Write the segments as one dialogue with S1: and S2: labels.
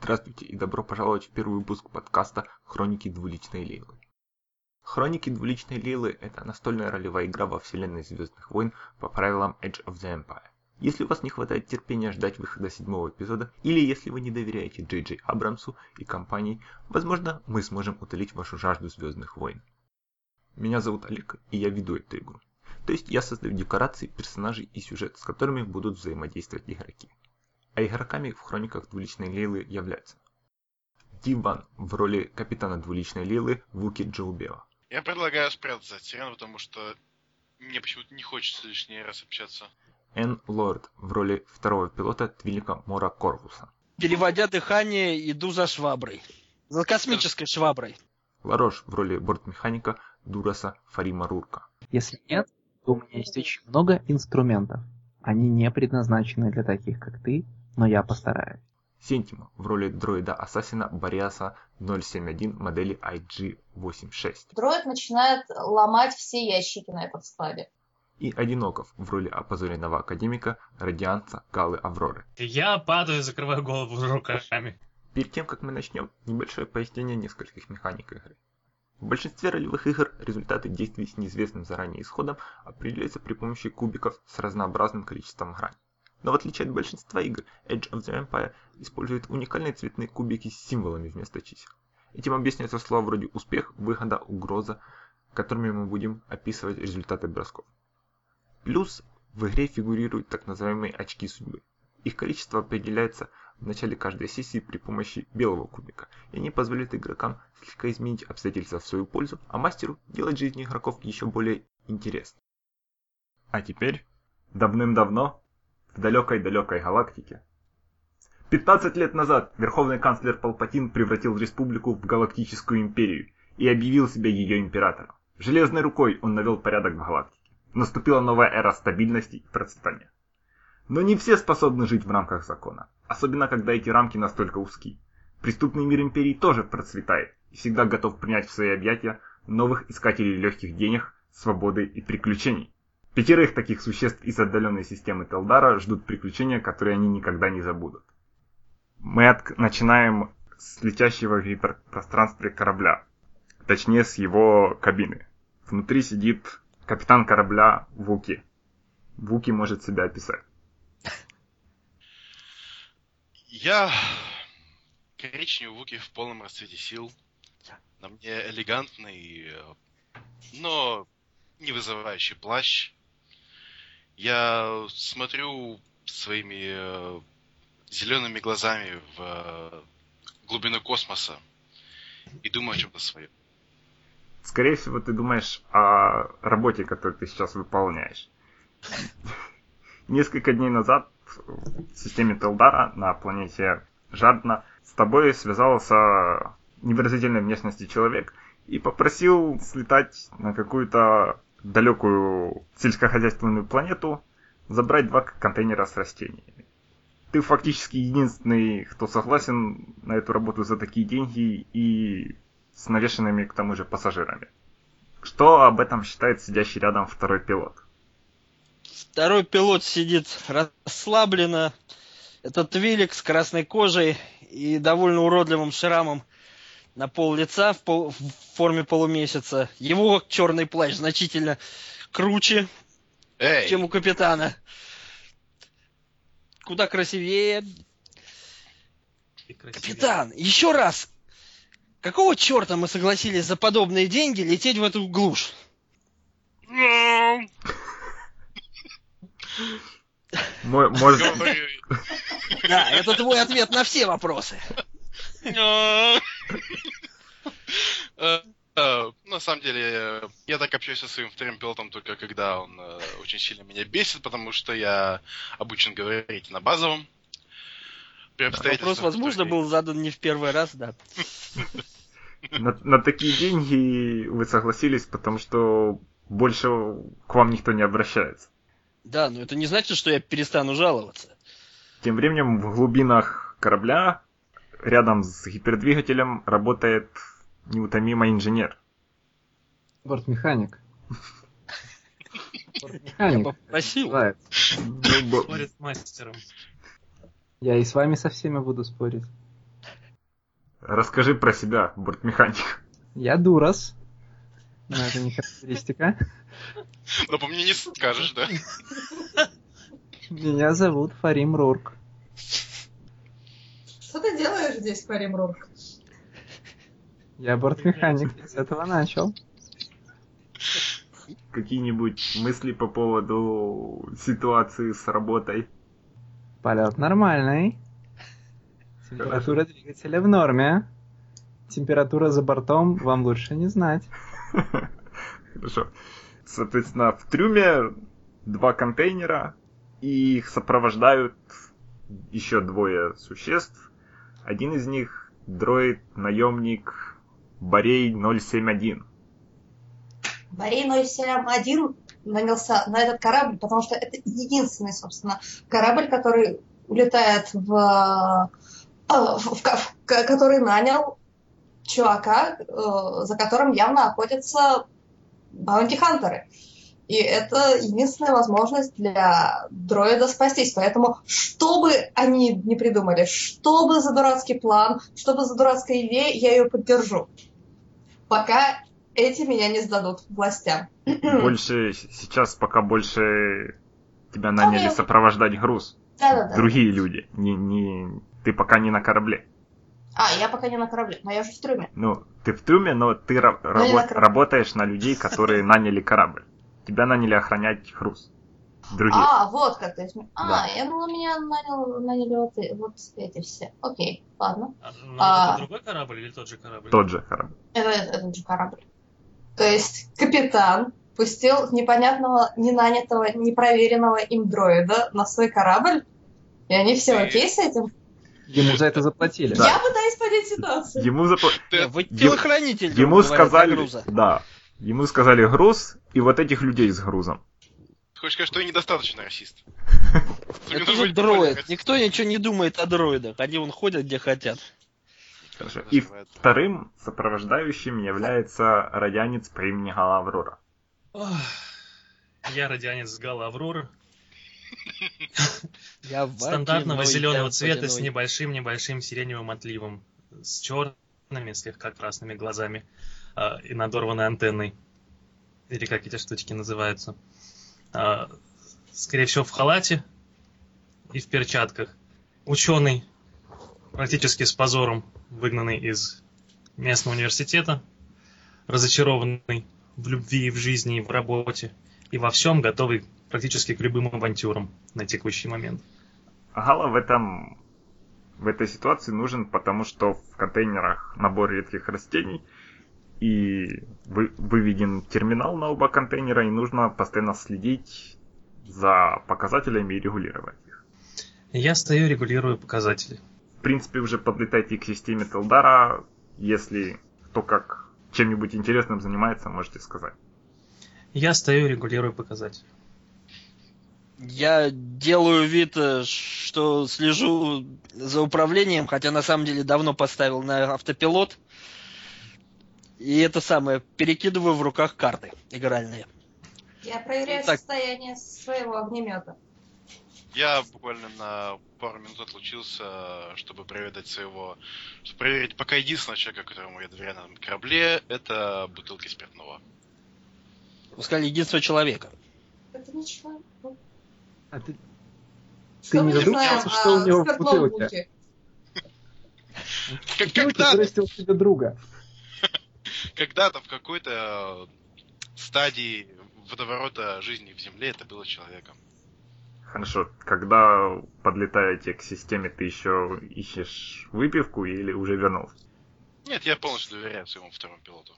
S1: Здравствуйте и добро пожаловать в первый выпуск подкаста «Хроники двуличной Лейлы». «Хроники двуличной Лейлы» — это настольная ролевая игра во вселенной Звездных войн по правилам Edge of the Empire. Если у вас не хватает терпения ждать выхода седьмого эпизода, или если вы не доверяете Джей Джей Абрамсу и компании, возможно, мы сможем утолить вашу жажду Звездных войн. Меня зовут Олег, и я веду эту игру. То есть я создаю декорации, персонажей и сюжет, с которыми будут взаимодействовать игроки а игроками в хрониках двуличной Лейлы являются Диван в роли капитана двуличной Лейлы Вуки Джоубева.
S2: Я предлагаю спрятаться за Тирен, потому что мне почему-то не хочется лишний раз общаться.
S1: Энн Лорд в роли второго пилота Твилика Мора Корвуса.
S3: Переводя дыхание, иду за шваброй. За космической шваброй.
S1: Ларош в роли бортмеханика Дураса Фарима Рурка.
S4: Если нет, то у меня есть очень много инструментов. Они не предназначены для таких, как ты, но я постараюсь.
S1: Сентима в роли дроида-ассасина Бориаса 071 модели IG-86.
S5: Дроид начинает ломать все ящики на этом складе.
S1: И Одиноков в роли опозоренного академика радианца Галы Авроры.
S6: Я падаю, закрываю голову руками.
S1: Перед тем, как мы начнем, небольшое пояснение нескольких механик игры. В большинстве ролевых игр результаты действий с неизвестным заранее исходом определяются при помощи кубиков с разнообразным количеством граней. Но в отличие от большинства игр, Edge of the Empire использует уникальные цветные кубики с символами вместо чисел. Этим объясняются слова вроде «успех», «выгода», «угроза», которыми мы будем описывать результаты бросков. Плюс в игре фигурируют так называемые очки судьбы. Их количество определяется в начале каждой сессии при помощи белого кубика, и они позволяют игрокам слегка изменить обстоятельства в свою пользу, а мастеру делать жизнь игроков еще более интересной. А теперь, давным-давно, в далекой-далекой галактике. 15 лет назад верховный канцлер Палпатин превратил республику в галактическую империю и объявил себя ее императором. Железной рукой он навел порядок в галактике. Наступила новая эра стабильности и процветания. Но не все способны жить в рамках закона, особенно когда эти рамки настолько узки. Преступный мир империи тоже процветает и всегда готов принять в свои объятия новых искателей легких денег, свободы и приключений. Пятерых таких существ из отдаленной системы Телдара ждут приключения, которые они никогда не забудут. Мы от... начинаем с летящего в гиперпространстве корабля. Точнее, с его кабины. Внутри сидит капитан корабля Вуки. Вуки может себя описать.
S2: Я коричневый Вуки в полном расцвете сил. На мне элегантный, э, но не вызывающий плащ. Я смотрю своими э, зелеными глазами в э, глубину космоса и думаю о чем-то своем.
S1: Скорее всего, ты думаешь о работе, которую ты сейчас выполняешь. Несколько дней назад в системе Телдара на планете Жадна с тобой связался невыразительной внешности человек и попросил слетать на какую-то далекую сельскохозяйственную планету, забрать два контейнера с растениями. Ты фактически единственный, кто согласен на эту работу за такие деньги и с навешенными к тому же пассажирами. Что об этом считает сидящий рядом второй пилот?
S3: Второй пилот сидит расслабленно. Это Твилик с красной кожей и довольно уродливым шрамом на пол лица в, пол, в форме полумесяца. Его черный плащ значительно круче,
S2: Эй,
S3: чем у капитана. Куда красивее.
S6: Ты красивее.
S3: Капитан, еще раз. Какого черта мы согласились за подобные деньги лететь в эту глушь?
S2: ну,
S1: Мо- Может,
S2: говорю,
S3: Да, это твой ответ на все вопросы.
S2: Э, э, На самом деле, э, я так общаюсь со своим вторым пилотом только когда он э, очень сильно меня бесит, потому что я обучен говорить на базовом. При
S3: Вопрос,
S2: обстоятельствах,
S3: возможно,
S2: которые-
S3: был задан не в первый раз, да.
S1: на, на такие деньги вы согласились, потому что больше к вам никто не обращается.
S3: Да, но это не значит, что я перестану жаловаться.
S1: Тем временем в глубинах корабля рядом с гипердвигателем работает неутомимый инженер.
S4: Бортмеханик.
S3: Я
S4: Бортмеханик.
S3: попросил.
S4: называется.
S1: Ну, бо-
S6: Спорит с мастером.
S4: Я и с вами со всеми буду спорить.
S1: Расскажи про себя, бортмеханик.
S4: Я Дурас. Но это не характеристика.
S2: Но по мне не скажешь, да?
S4: Меня зовут Фарим Рурк.
S5: Что ты делаешь здесь, Парим Рурк?
S4: Я бортмеханик. С этого начал.
S1: Какие-нибудь мысли по поводу ситуации с работой?
S4: Полет нормальный. Температура двигателя в норме. Температура за бортом вам лучше не знать.
S1: Хорошо. Соответственно, в трюме два контейнера, и их сопровождают еще двое существ. Один из них дроид-наемник Борей 071.
S5: Борей 071 нанялся на этот корабль, потому что это единственный, собственно, корабль, который улетает в... э, в- в- в- к- который нанял чувака, э, за которым явно охотятся баунти-хантеры. И это единственная возможность для дроида спастись. Поэтому, что бы они не придумали, что бы за дурацкий план, что бы за дурацкая идея, я ее поддержу. Пока эти меня не сдадут властям.
S1: Больше сейчас пока больше тебя наняли
S5: Окей.
S1: сопровождать груз.
S5: Да-да-да.
S1: Другие люди. Не, не... Ты пока не на корабле.
S5: А, я пока не на корабле, но я же в трюме.
S1: Ну, ты в трюме, но ты ра-
S5: Ну, я
S1: рабо-
S5: на корабле.
S1: работаешь на людей, которые наняли корабль. Тебя наняли охранять груз. Другие.
S5: А, вот как то есть. А,
S1: Да.
S5: я думала, меня нанял- наняли вот, и- вот эти все. Окей, ладно.
S6: А, ну,
S5: А.
S6: это другой корабль или тот же корабль?
S1: Тот же корабль.
S5: Это этот же корабль. То есть капитан пустил непонятного, ненанятого, непроверенного им дроида на свой корабль, и они все окей с этим?
S4: Ему за это заплатили.
S1: Да.
S5: Я пытаюсь понять ситуацию.
S1: Ему запла-
S2: Ты-
S3: Вы
S1: Ем-
S3: телохранитель,
S1: Ему
S3: грубо говоря,
S1: сказали,
S3: Груза.
S1: да, ему сказали груз и вот этих людей с грузом.
S2: Хочешь сказать, что я недостаточно расист? Мне
S3: Это
S2: нужно
S3: же
S2: быть более
S3: дроид.
S2: расистом.
S3: Никто ничего не думает о дроидах. Они вон ходят, где хотят.
S1: Хорошо.
S2: Никто не
S1: И
S2: называет.
S1: вторым сопровождающим является радянец по имени Гала Аврора.
S6: Ох, Я радианец с Гала Аврора,
S3: Я
S6: стандартного
S3: водяной,
S6: зеленого
S3: я
S6: цвета с
S3: водяной.
S6: небольшим-небольшим сиреневым отливом, с черными, слегка красными глазами а, и надорванной антенной. Или как эти штучки называются. А, Скорее всего, в халате и в перчатках. Ученый, практически с позором выгнанный из местного университета, разочарованный в любви и в жизни, и в работе, и во всем готовый практически к любым авантюрам на текущий момент.
S1: А Гала в этом в этой ситуации нужен, потому что в контейнерах набор редких растений и вы- выведен терминал на оба контейнера, и нужно постоянно следить за показателями и регулировать их.
S6: Я стою, регулирую показатели.
S1: В принципе, уже подлетайте к системе Телдара, если кто как чем-нибудь интересным занимается, можете сказать.
S6: Я стою, регулирую показатели.
S3: Я делаю вид, э, что слежу за управлением, хотя на самом деле давно поставил на автопилот. И это самое, перекидываю в руках карты игральные.
S5: Я проверяю
S3: Так.
S5: состояние своего огнемета.
S2: Я буквально на пару минут отлучился, чтобы проведать своего... чтобы проверить пока единственного человека, которому я доверяю на этом корабле, это бутылки спиртного.
S3: Вы сказали, единство человека.
S5: Это ничего. Ну,
S4: А ты-
S5: что мы
S4: не задумывался,
S5: знаем
S4: что у
S5: о
S4: него в
S5: спиртном
S4: бутылке?
S5: бункере?
S2: Как-
S4: Почему ты
S2: когда-
S4: вырастил себе друга?
S2: Когда-то в какой-то э, стадии водоворота жизни в Земле это было человеком.
S1: Хорошо, когда подлетаете к системе, ты еще ищешь выпивку или уже вернулся?
S2: Нет, я полностью доверяю своему второму пилоту.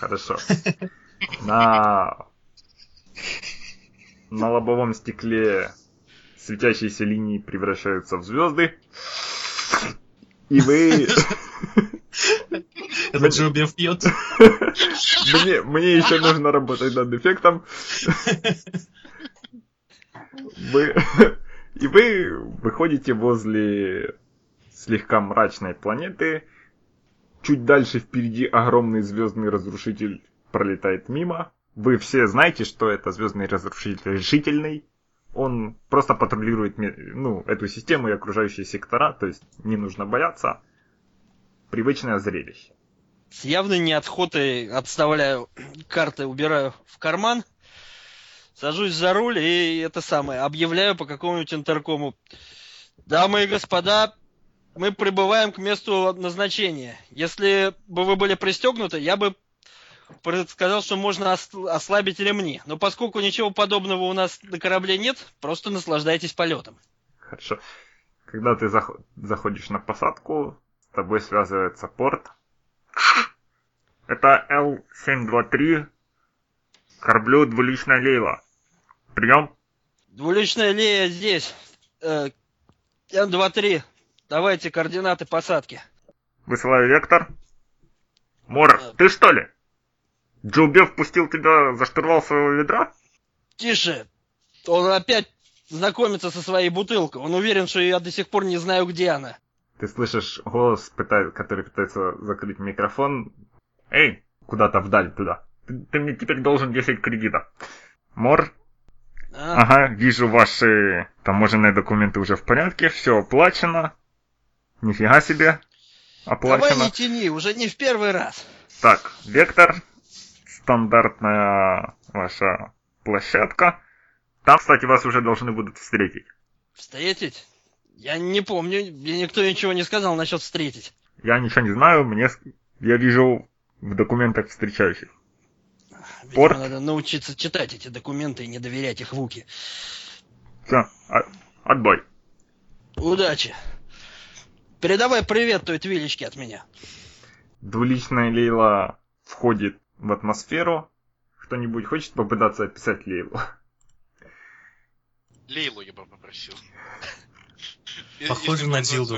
S1: Хорошо. На... На лобовом стекле светящиеся линии превращаются в звезды. И вы...
S6: Это Джоби пьет.
S1: Мне, мне еще нужно работать над эффектом. Вы... И вы выходите возле слегка мрачной планеты. Чуть дальше впереди огромный звездный разрушитель пролетает мимо. Вы все знаете, что это звездный разрушитель решительный. Он просто патрулирует ме- ну, эту систему и окружающие сектора, то есть не нужно бояться. Привычное зрелище.
S3: С явной неотходой отставляю карты, убираю в карман, сажусь за руль и это самое, объявляю по какому-нибудь интеркому. Дамы и господа, мы прибываем к месту назначения. Если бы вы были пристегнуты, я бы предсказал, что можно ос- ослабить ремни. Но поскольку ничего подобного у нас на корабле нет, просто наслаждайтесь полетом.
S1: Хорошо. Когда ты зах- заходишь на посадку, с тобой связывается порт. Это L723. Кораблю двуличная Лейла. Прием.
S3: Двуличная Лея здесь. Э, Н-2-3. Давайте координаты посадки.
S1: Высылаю вектор. Мор, ты что ли? Джулбе впустил тебя за штурвал своего ведра?
S3: Тише. Он опять знакомится со своей бутылкой. Он уверен, что я до сих пор не знаю, где она.
S1: Ты слышишь голос, пытай- который пытается закрыть микрофон. Эй, куда-то вдаль туда. Ты, ты мне теперь должен 10 кредитов. Мор,
S3: А,
S1: ага, вижу ваши таможенные документы уже в порядке, все оплачено. Нифига себе,
S3: давай
S1: оплачено.
S3: не тяни, уже не в первый раз.
S1: Так, вектор, стандартная ваша площадка. Там, кстати, вас уже должны будут встретить.
S3: Встретить? Я не помню, мне никто ничего не сказал насчет встретить.
S1: Я ничего не знаю, мне с- я вижу в документах встречающих.
S3: Видимо,
S1: Порт.
S3: надо научиться читать эти документы и не доверять их в руки.
S1: Все, а, отбой.
S3: Удачи. Передавай привет той твилечке от меня.
S1: Двуличная Лейла входит в атмосферу. Кто-нибудь хочет попытаться описать Лейлу?
S2: Лейлу я бы попросил. Е- если
S6: Похоже
S2: бы
S6: на
S2: он-
S6: дилду.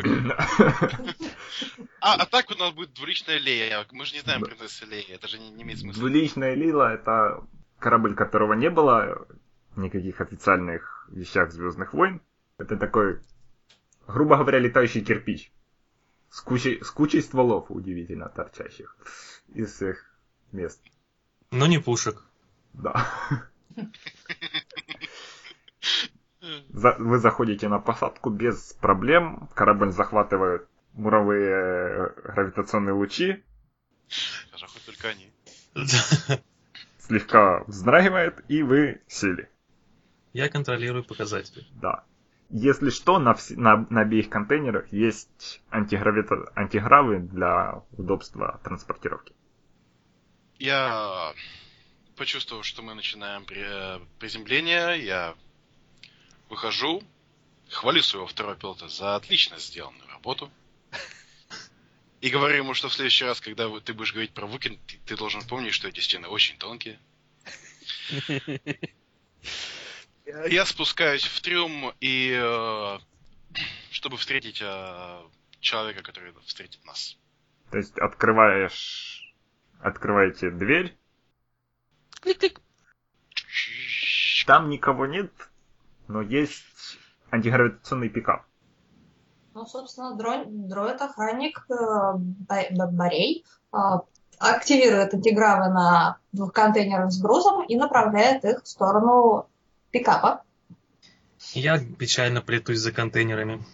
S2: А, а так вот у нас будет двуличная Лея. Мы же не знаем принцессы Лея. Это же не, не имеет смысла.
S1: Двуличная Лейла это корабль, которого не было в никаких официальных вещах Звездных войн. Это такой, грубо говоря, летающий кирпич. С кучей, с кучей стволов, удивительно, торчащих из всех мест.
S6: Но не пушек.
S1: Да. За- вы заходите на посадку без проблем. Корабль захватывает муровые э, гравитационные лучи,
S2: Хорошо, хоть только они.
S1: слегка вздрагивает, и вы сели.
S6: Я контролирую показатели.
S1: Да. Если что, на, вс- на, на обеих контейнерах есть антигравита- антигравы для удобства транспортировки.
S2: Я почувствовал, что мы начинаем при- э, приземление. Я выхожу, хвалю своего второго пилота за отлично сделанную работу. И говорю ему, что в следующий раз, когда вы- ты будешь говорить про Вукин, ты, ты должен помнить, что эти стены очень тонкие. Я спускаюсь в трюм и э, чтобы встретить э, человека, который встретит нас.
S1: То есть открываешь... Открываете дверь,
S3: Клик-клик.
S1: там никого нет, но есть антигравитационный пикап.
S5: Ну, собственно, дро- дроид-охранник э, Ба- Ба- Борей э, активирует антигравы на двух контейнерах с грузом и направляет их в сторону пикапа.
S6: Я печально плетусь за контейнерами.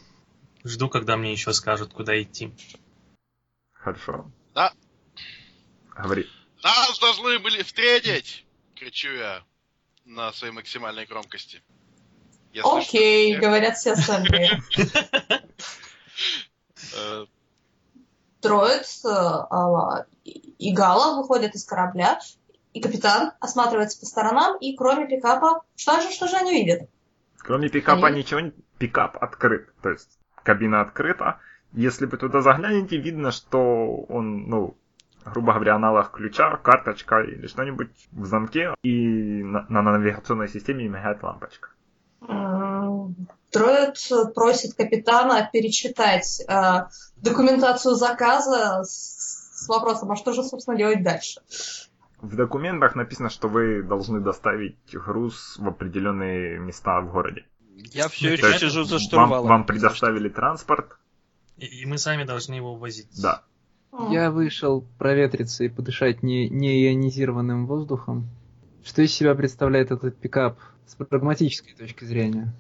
S6: Жду, когда мне еще скажут, куда идти.
S1: Хорошо.
S2: Да.
S1: Говори.
S2: Нас должны были встретить! Кричу я на своей максимальной громкости. Я слышу,
S5: Окей,
S2: как
S5: говорят все остальные.
S2: э,
S5: Троид э, а, и Гала выходят из корабля, и капитан осматривается по сторонам, и кроме пикапа, что же, что же они видят?
S1: Кроме пикапа
S5: Они-
S1: ничего не... Пикап открыт. То есть кабина открыта. Если вы туда заглянете, видно, что он, ну, грубо говоря, аналог ключа, карточка или что-нибудь в замке. И на, на навигационной системе мигает лампочка.
S5: М, Троид просит капитана перечитать э, документацию заказа с с вопросом, а что же, собственно, делать дальше?
S1: В документах написано, что вы должны доставить груз в определенные места в городе.
S3: Я все еще
S1: Кстати,
S3: сижу за
S1: Вам,
S3: штурвалом.
S1: вам предоставили транспорт.
S6: И, и мы сами должны его возить.
S1: Да.
S5: М,
S4: Я вышел проветриться и подышать не, неионизированным воздухом. Что из себя представляет этот пикап с прагматической точки зрения?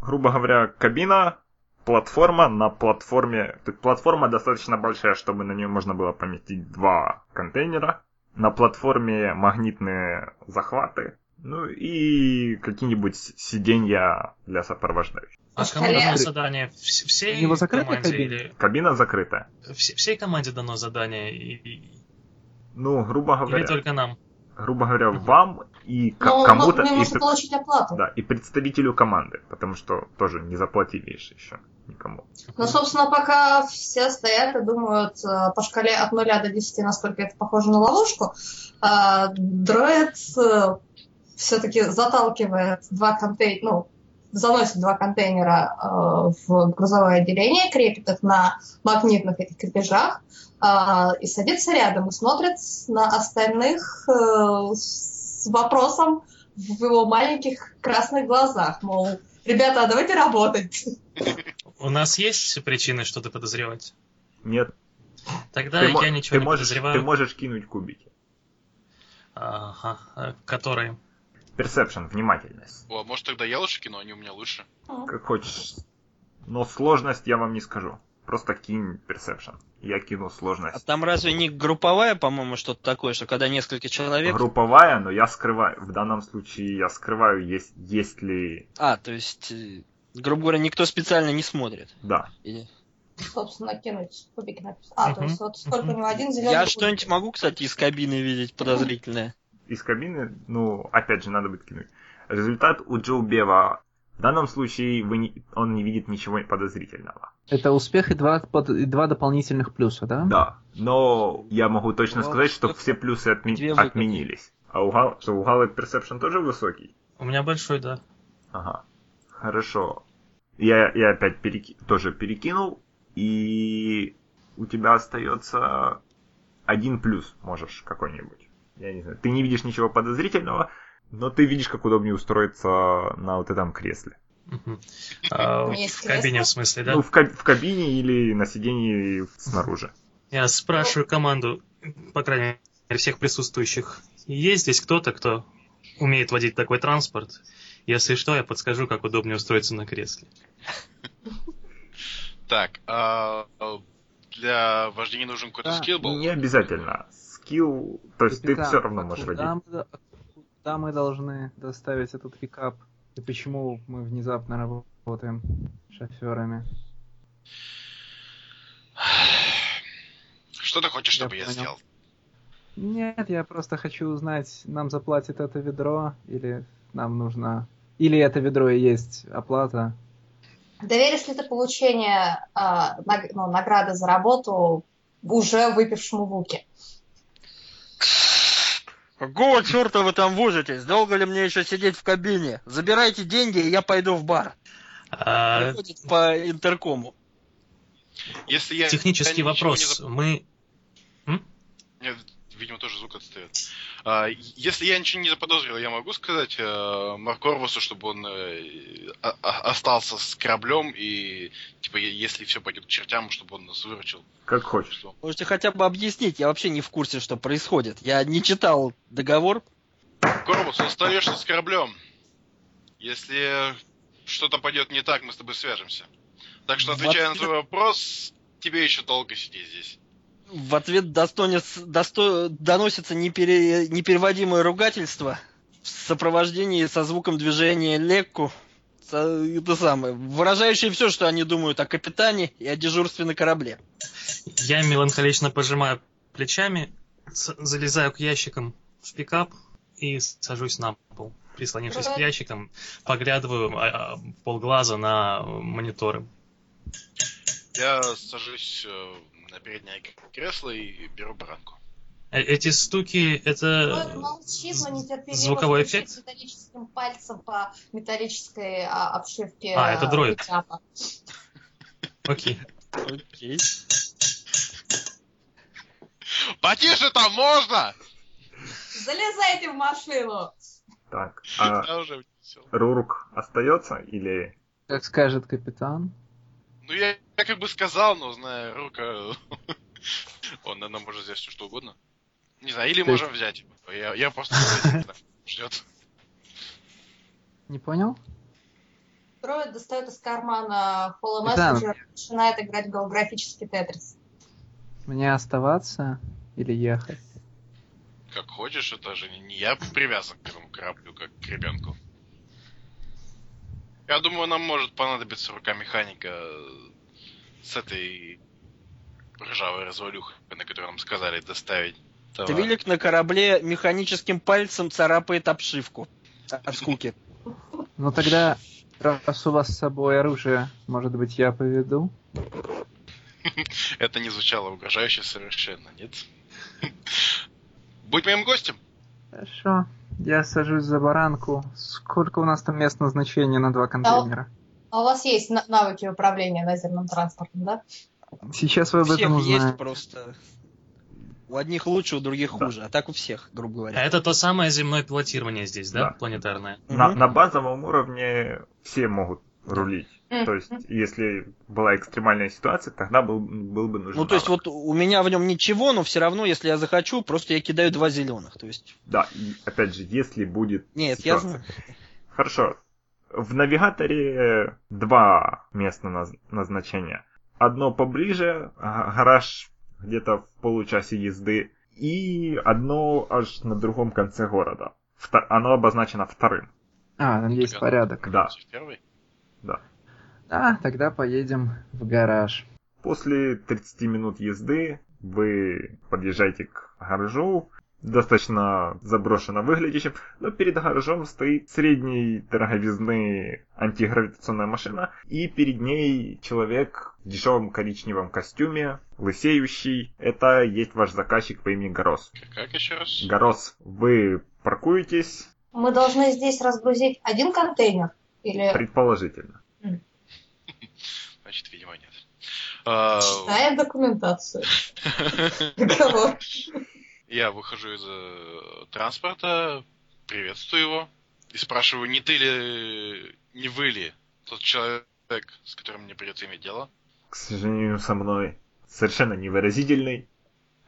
S1: грубо говоря, кабина, платформа на платформе... То есть платформа достаточно большая, чтобы на нее можно было поместить два контейнера. На платформе магнитные захваты. Ну и какие-нибудь сиденья для сопровождающих.
S6: А кому дано задание? Вс- Всей
S4: У него закрытая
S6: команде
S4: кабина?
S6: или...
S1: Кабина закрыта.
S6: вс- Всей команде дано задание и- и-
S1: Ну, грубо
S6: или
S1: говоря,
S6: только нам?
S1: грубо говоря,
S6: Мгм.
S1: вам и к-
S5: Но
S1: кому-то...
S5: мы
S1: и
S5: можем
S1: пред-
S5: получить ну, оплату.
S1: Да, и представителю команды, потому что тоже не заплатили еще никому.
S5: Ну, собственно, пока все стоят и думают э, по шкале от 0 до 10, насколько это похоже на ловушку, а дроид все-таки заталкивает два контейнера, ну, заносит два контейнера э, в грузовое отделение, крепит их на магнитных этих крепежах а, и садится рядом и смотрит на остальных э, с вопросом в его маленьких красных глазах, мол, ребята, а давайте работать.
S6: У нас есть причины что-то подозревать?
S1: Нет,
S6: Тогда
S1: ты, мо-
S6: я ничего
S1: ты
S6: не
S1: можешь,
S6: подозреваю.
S1: ты можешь кинуть кубики.
S6: Ага, э, которые...
S1: Персепшн, внимательность.
S2: О, а может тогда я лучше кину, они у меня лучше.
S1: Как хочешь. Но сложность я вам не скажу. Просто кинь персепшн. Я кину
S3: А
S1: сложность.
S3: там разве не групповая, по-моему, что-то такое, что когда несколько человек...
S1: Групповая, но я скрываю. В данном случае я скрываю, есть, есть ли...
S3: А, то есть, э, грубо говоря, никто специально не смотрит.
S1: Да.
S3: Или-
S5: собственно, кинуть кубики на пес- А, то
S6: Мгм.
S5: есть вот сколько у него один зеленый.
S3: Я
S5: кубик.
S3: что-нибудь могу, кстати, из кабины видеть подозрительное?
S1: из кабины, ну, опять же, надо будет кинуть. Результат у Джо Бева. В данном случае вы не- он не видит ничего подозрительного.
S4: Это успех и два, под- и два дополнительных плюса, да?
S1: Да. Но я могу точно
S3: Два
S1: сказать, что
S3: успеха,
S1: все плюсы отме-
S3: две выгоды.
S1: отменились. А у Гал- что у Галы Персепшн тоже высокий?
S6: У меня большой, да.
S1: Ага. Хорошо. Я, я опять переки- тоже перекинул. И у тебя остается один плюс, можешь какой-нибудь. Я не знаю. Ты не видишь ничего подозрительного, но ты видишь, как удобнее устроиться на вот этом кресле.
S6: Мгм. А,
S5: У меня есть
S6: В кабине,
S5: кресло?
S6: в смысле, да?
S1: Ну, в, каб- в кабине или на сиденье снаружи.
S6: Я спрашиваю команду, по крайней мере, всех присутствующих, есть здесь кто-то, кто умеет водить такой транспорт? Если что, я подскажу, как удобнее устроиться на кресле.
S2: Так, а, а, для вождения нужен какой-то
S4: Да,
S2: скилл был?
S1: Не обязательно. Скилл, то есть ты
S4: Капитан,
S1: все равно
S4: а
S1: можешь
S4: куда
S1: водить.
S4: мы до- Куда мы должны доставить этот пикап? И почему мы внезапно работаем шоферами?
S2: Что ты хочешь, чтобы
S4: Я
S2: я,
S4: понял.
S2: сделал?
S4: Нет, я просто хочу узнать, нам заплатит это ведро, или нам нужно... Или это ведро и есть оплата.
S5: Доверишь ли ты получение а, наг- ну, награды за работу уже выпившему вуке?
S3: Какого черта вы там возитесь? Долго ли мне еще сидеть в кабине? Забирайте деньги, и я пойду в бар.
S6: А,
S3: Приходит по интеркому.
S2: Если я я
S6: технический
S2: ничего не
S6: вопрос.
S2: зап-
S6: Мы...
S2: Нет, видимо, тоже звук отстает. А, если я ничего не заподозрил, я могу сказать э, Маркорвусу, чтобы он э, о- о- остался с кораблем и, типа, е- если все пойдет к чертям, чтобы он нас выручил.
S1: Как хочешь.
S2: Что?
S3: Можете хотя бы объяснить, я вообще не в курсе, что происходит. Я не читал договор.
S2: Маркорвус, остаешься с кораблем. Если что-то пойдет не так, мы с тобой свяжемся. Так что, отвечая на твой вопрос, тебе еще долго сидеть здесь.
S3: В ответ достонец- досто- доносится непере- непереводимое ругательство в сопровождении со звуком движения Лекку. Со- Это самое, выражающее все, что они думают о капитане и о дежурстве на корабле.
S6: Я меланхолично пожимаю плечами, с- залезаю к ящикам в пикап и сажусь на пол. Прислонившись к ящикам, поглядываю а, а, полглаза на мониторы.
S2: Я сажусь э, на переднее кресло и беру баранку.
S6: Э, Эти стуки,
S5: Ой,
S6: это...
S5: молчи, Ну, но нетерпеливо
S6: Э, звуковой
S5: стучит
S6: эффект?
S5: металлическим пальцем по металлической а, обшивке.
S6: А, это
S5: а,
S6: дроид.
S5: пикапа.
S6: Окей.
S3: Окей.
S2: Потише там можно!
S5: Залезайте в машину!
S1: Так. А
S2: Я уже всё.
S1: Рурк остается или...
S4: Как скажет капитан.
S2: Ну, я, я как бы сказал, но, зная рука... Он, наверное, может взять все что угодно. Не знаю, или
S4: То есть-
S2: можем взять. Я, я просто... не знаю, ждет.
S4: Не понял?
S5: строит, достает из кармана Hollow
S4: Да.
S5: Messenger, начинает играть в голографический тетрис.
S4: Мне оставаться или ехать?
S2: Как хочешь, это же не- не я привязан к этому кораблю, как к ребенку. Я думаю, нам может понадобиться рука механика э, с этой ржавой развалюхой, на которую нам сказали доставить товар.
S3: Твилик на корабле механическим пальцем царапает обшивку от скуки.
S4: Ну тогда, раз у вас с собой оружие, может быть, я поведу?
S2: Это не звучало угрожающе совершенно, нет? Будь моим гостем!
S4: Хорошо. Я сажусь за баранку. Сколько у нас там мест назначения на два контейнера?
S5: А у вас есть на- навыки управления наземным транспортом, да?
S4: Сейчас вы
S3: У
S4: об этом
S3: всех
S4: узнаете.
S3: есть просто. У одних лучше, у других хуже. А так у всех, грубо
S6: А
S3: говоря.
S6: это то самое земное пилотирование здесь,
S1: Да.
S6: да? Планетарное.
S1: На,
S3: Мгм.
S1: на базовом уровне все могут рулить. То есть, если была экстремальная ситуация, тогда был, был бы нужен
S3: Ну, то есть,
S1: навык.
S3: вот у меня в нем ничего, но все равно, если я захочу, просто я кидаю два зеленых. То есть.
S1: Да, и опять же, если будет
S3: Нет, я
S1: ситуация.
S3: знаю.
S1: Хорошо. В навигаторе э, два места наз- назначения. Одно поближе, а, гараж где-то в получасе езды, и одно аж на другом конце города. Вто- оно обозначено вторым.
S4: А, там есть
S2: Тебя-
S4: порядок.
S1: Да.
S2: Первый?
S4: А, тогда поедем в гараж.
S1: После 30 минут езды вы подъезжаете к гаражу, достаточно заброшенно выглядящим, но перед гаражом стоит средней дороговизны антигравитационная машина, и перед ней человек в дешевом коричневом костюме, лысеющий. Это есть ваш заказчик по имени Горос.
S2: Как еще раз?
S1: Горос, вы паркуетесь,
S5: Мы должны здесь разгрузить один контейнер? Или
S1: предположительно.
S2: Значит, видимо, нет. А,
S5: читаем документацию? Договор.
S2: Я выхожу из э, транспорта, приветствую его и спрашиваю, не ты ли, не вы ли тот человек, с которым мне придется иметь дело?
S1: К сожалению, со мной совершенно невыразительный.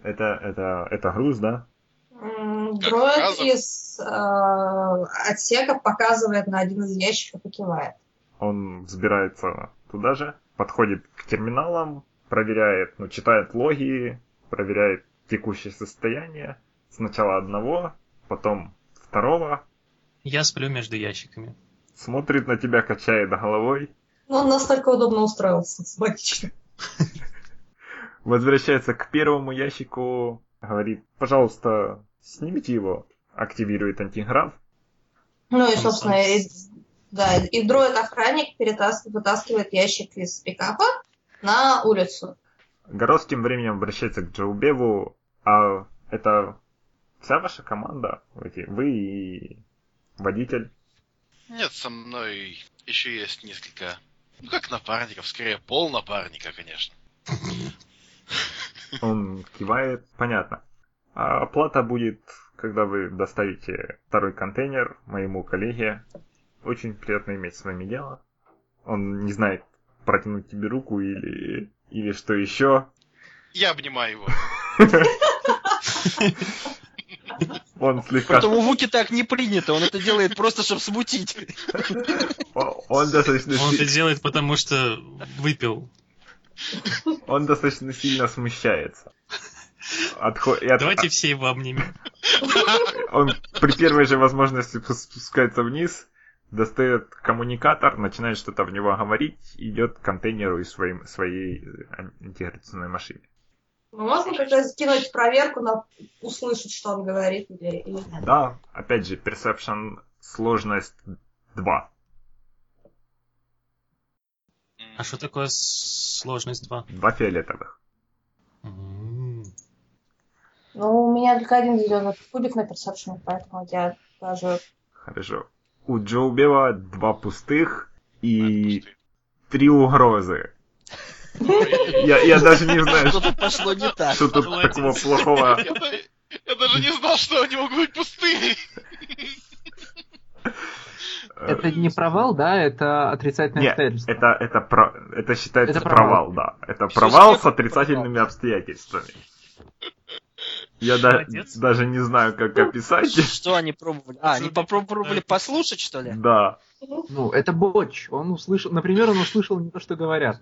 S1: Это, это, это груз, да?
S5: М,
S2: Как
S5: Дроид
S2: показов?
S5: из э, отсека показывает на один из ящиков и кивает.
S1: Он взбирается туда же, подходит к терминалам, проверяет, ну, читает логи, проверяет текущее состояние. Сначала одного, потом второго.
S6: Я сплю между ящиками.
S1: Смотрит на тебя, качает головой.
S5: Ну, он настолько удобно устроился, смотрите.
S1: Возвращается к первому ящику, говорит, пожалуйста, снимите его. Активирует антиграф.
S5: Ну и,
S6: Он
S5: собственно,
S6: сам-
S5: и, да, и дроид-охранник перетас- вытаскивает ящик из пикапа на улицу.
S1: Горос тем временем обращается к Джоубеву. А это вся ваша команда? Эти- Вы и водитель?
S2: Нет, со мной еще есть несколько, ну как напарников, скорее пол напарника, конечно.
S1: Он кивает, понятно. А оплата будет, когда вы доставите второй контейнер моему коллеге. Очень приятно иметь с вами дело. Он не знает, протянуть тебе руку или, или что еще.
S2: Я обнимаю его.
S1: Он слегка...
S3: Поэтому у Вуки так не принято. Он это делает просто, чтобы смутить.
S1: о- Он достаточно,
S6: Он это
S1: си-
S6: делает, потому что выпил.
S1: он достаточно сильно смущается. Отхо- и от-
S6: Давайте все его обнимем.
S1: Он при первой же возможности пос- спускается вниз, достает коммуникатор, начинает что-то в него говорить, идет к контейнеру и своим, своей э, ан- антигравитационной машине.
S5: Мы можем Ну, как-то скинуть проверку на услышать, что он говорит или, или нет.
S1: Да, опять же, Perception сложность 2.
S6: А что такое с- сложность М-м-м. 2?
S1: Два фиолетовых.
S5: Ну, у меня только один зеленый кубик на персепшене, поэтому я даже...
S1: Хорошо. У Джоубева два пустых и
S2: Отпусти.
S1: три угрозы.
S2: Ой,
S1: Я, я даже не знаю, что-
S3: Что-то пошло не так.
S1: что тут
S6: Молодец.
S1: такого плохого.
S2: я да- Я даже не знал, что они могут быть пустые.
S1: Э,
S4: Это не провал, да? Это отрицательное
S1: Не,
S4: обстоятельство.
S1: Это, это, про- это считается
S4: Это
S1: провал.
S4: провал.
S1: да. Это
S3: Всё
S1: провал с
S3: сверху
S1: отрицательными
S3: провал.
S1: обстоятельствами. Я да-
S6: Молодец.
S1: даже не знаю, как описать.
S3: Что они пробовали? А, они попробовали послушать, что ли?
S1: Да.
S4: Ну, это боч. Он услышал, например, он услышал не то, что говорят.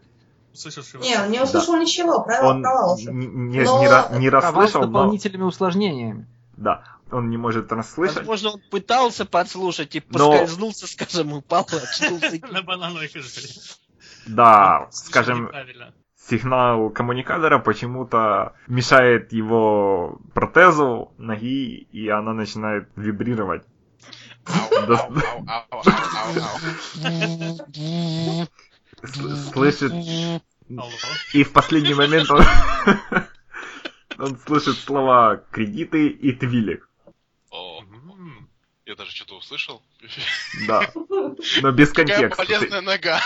S6: Услышавший
S5: Не, он не услышал ничего, правило
S1: Он
S5: провал
S1: не,
S5: уже.
S1: не-
S5: Но-
S1: не ра- не
S4: Права с
S1: расслышал, но
S4: дополнительными усложнениями.
S1: да, он не может расслышать.
S3: Возможно, он пытался подслушать и
S1: Но-
S3: поскользнулся, скажем, упал, очнулся.
S6: На банановой кожуре.
S1: Да,
S6: Слишком
S1: скажем,
S6: неправильно.
S1: сигнал коммуникатора почему-то мешает его протезу ноги, и она начинает вибрировать.
S2: Ау, ау,
S1: Да.
S2: ау, ау, ау, ау, ау.
S1: С- Слышит,
S6: Алло.
S1: и в последний момент он, он слышит слова кредиты и твилик.
S2: О,
S6: М.
S2: я даже что-то услышал.
S1: Да. Но без контекста.
S2: Какая
S1: Ты,
S2: полезная нога.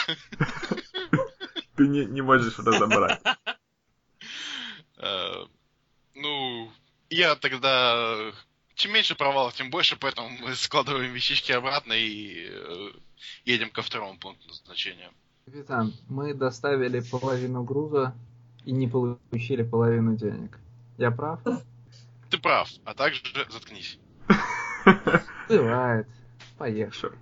S1: ты не, не можешь разобрать.
S2: Э, Ну, я тогда... Чем меньше провалов, тем больше, поэтому мы складываем вещички обратно и э, едем ко второму пункту назначения.
S4: Капитан, мы доставили половину груза и не получили половину денег. Я прав?
S2: Ты прав, а также заткнись.
S4: Бывает. Поехали.
S1: Хорошо.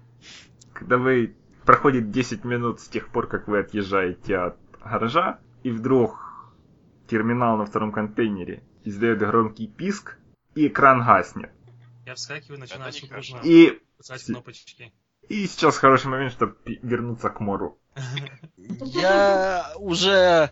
S1: Когда вы проходит 10 минут с тех пор, как вы отъезжаете от гаража, и вдруг терминал на втором контейнере издает громкий писк, и экран гаснет.
S6: Я вскакиваю, начинаю
S2: Это
S6: судорожно
S1: И,
S6: писать кнопочки.
S1: и сейчас хороший момент, чтобы вернуться к мору.
S3: Я уже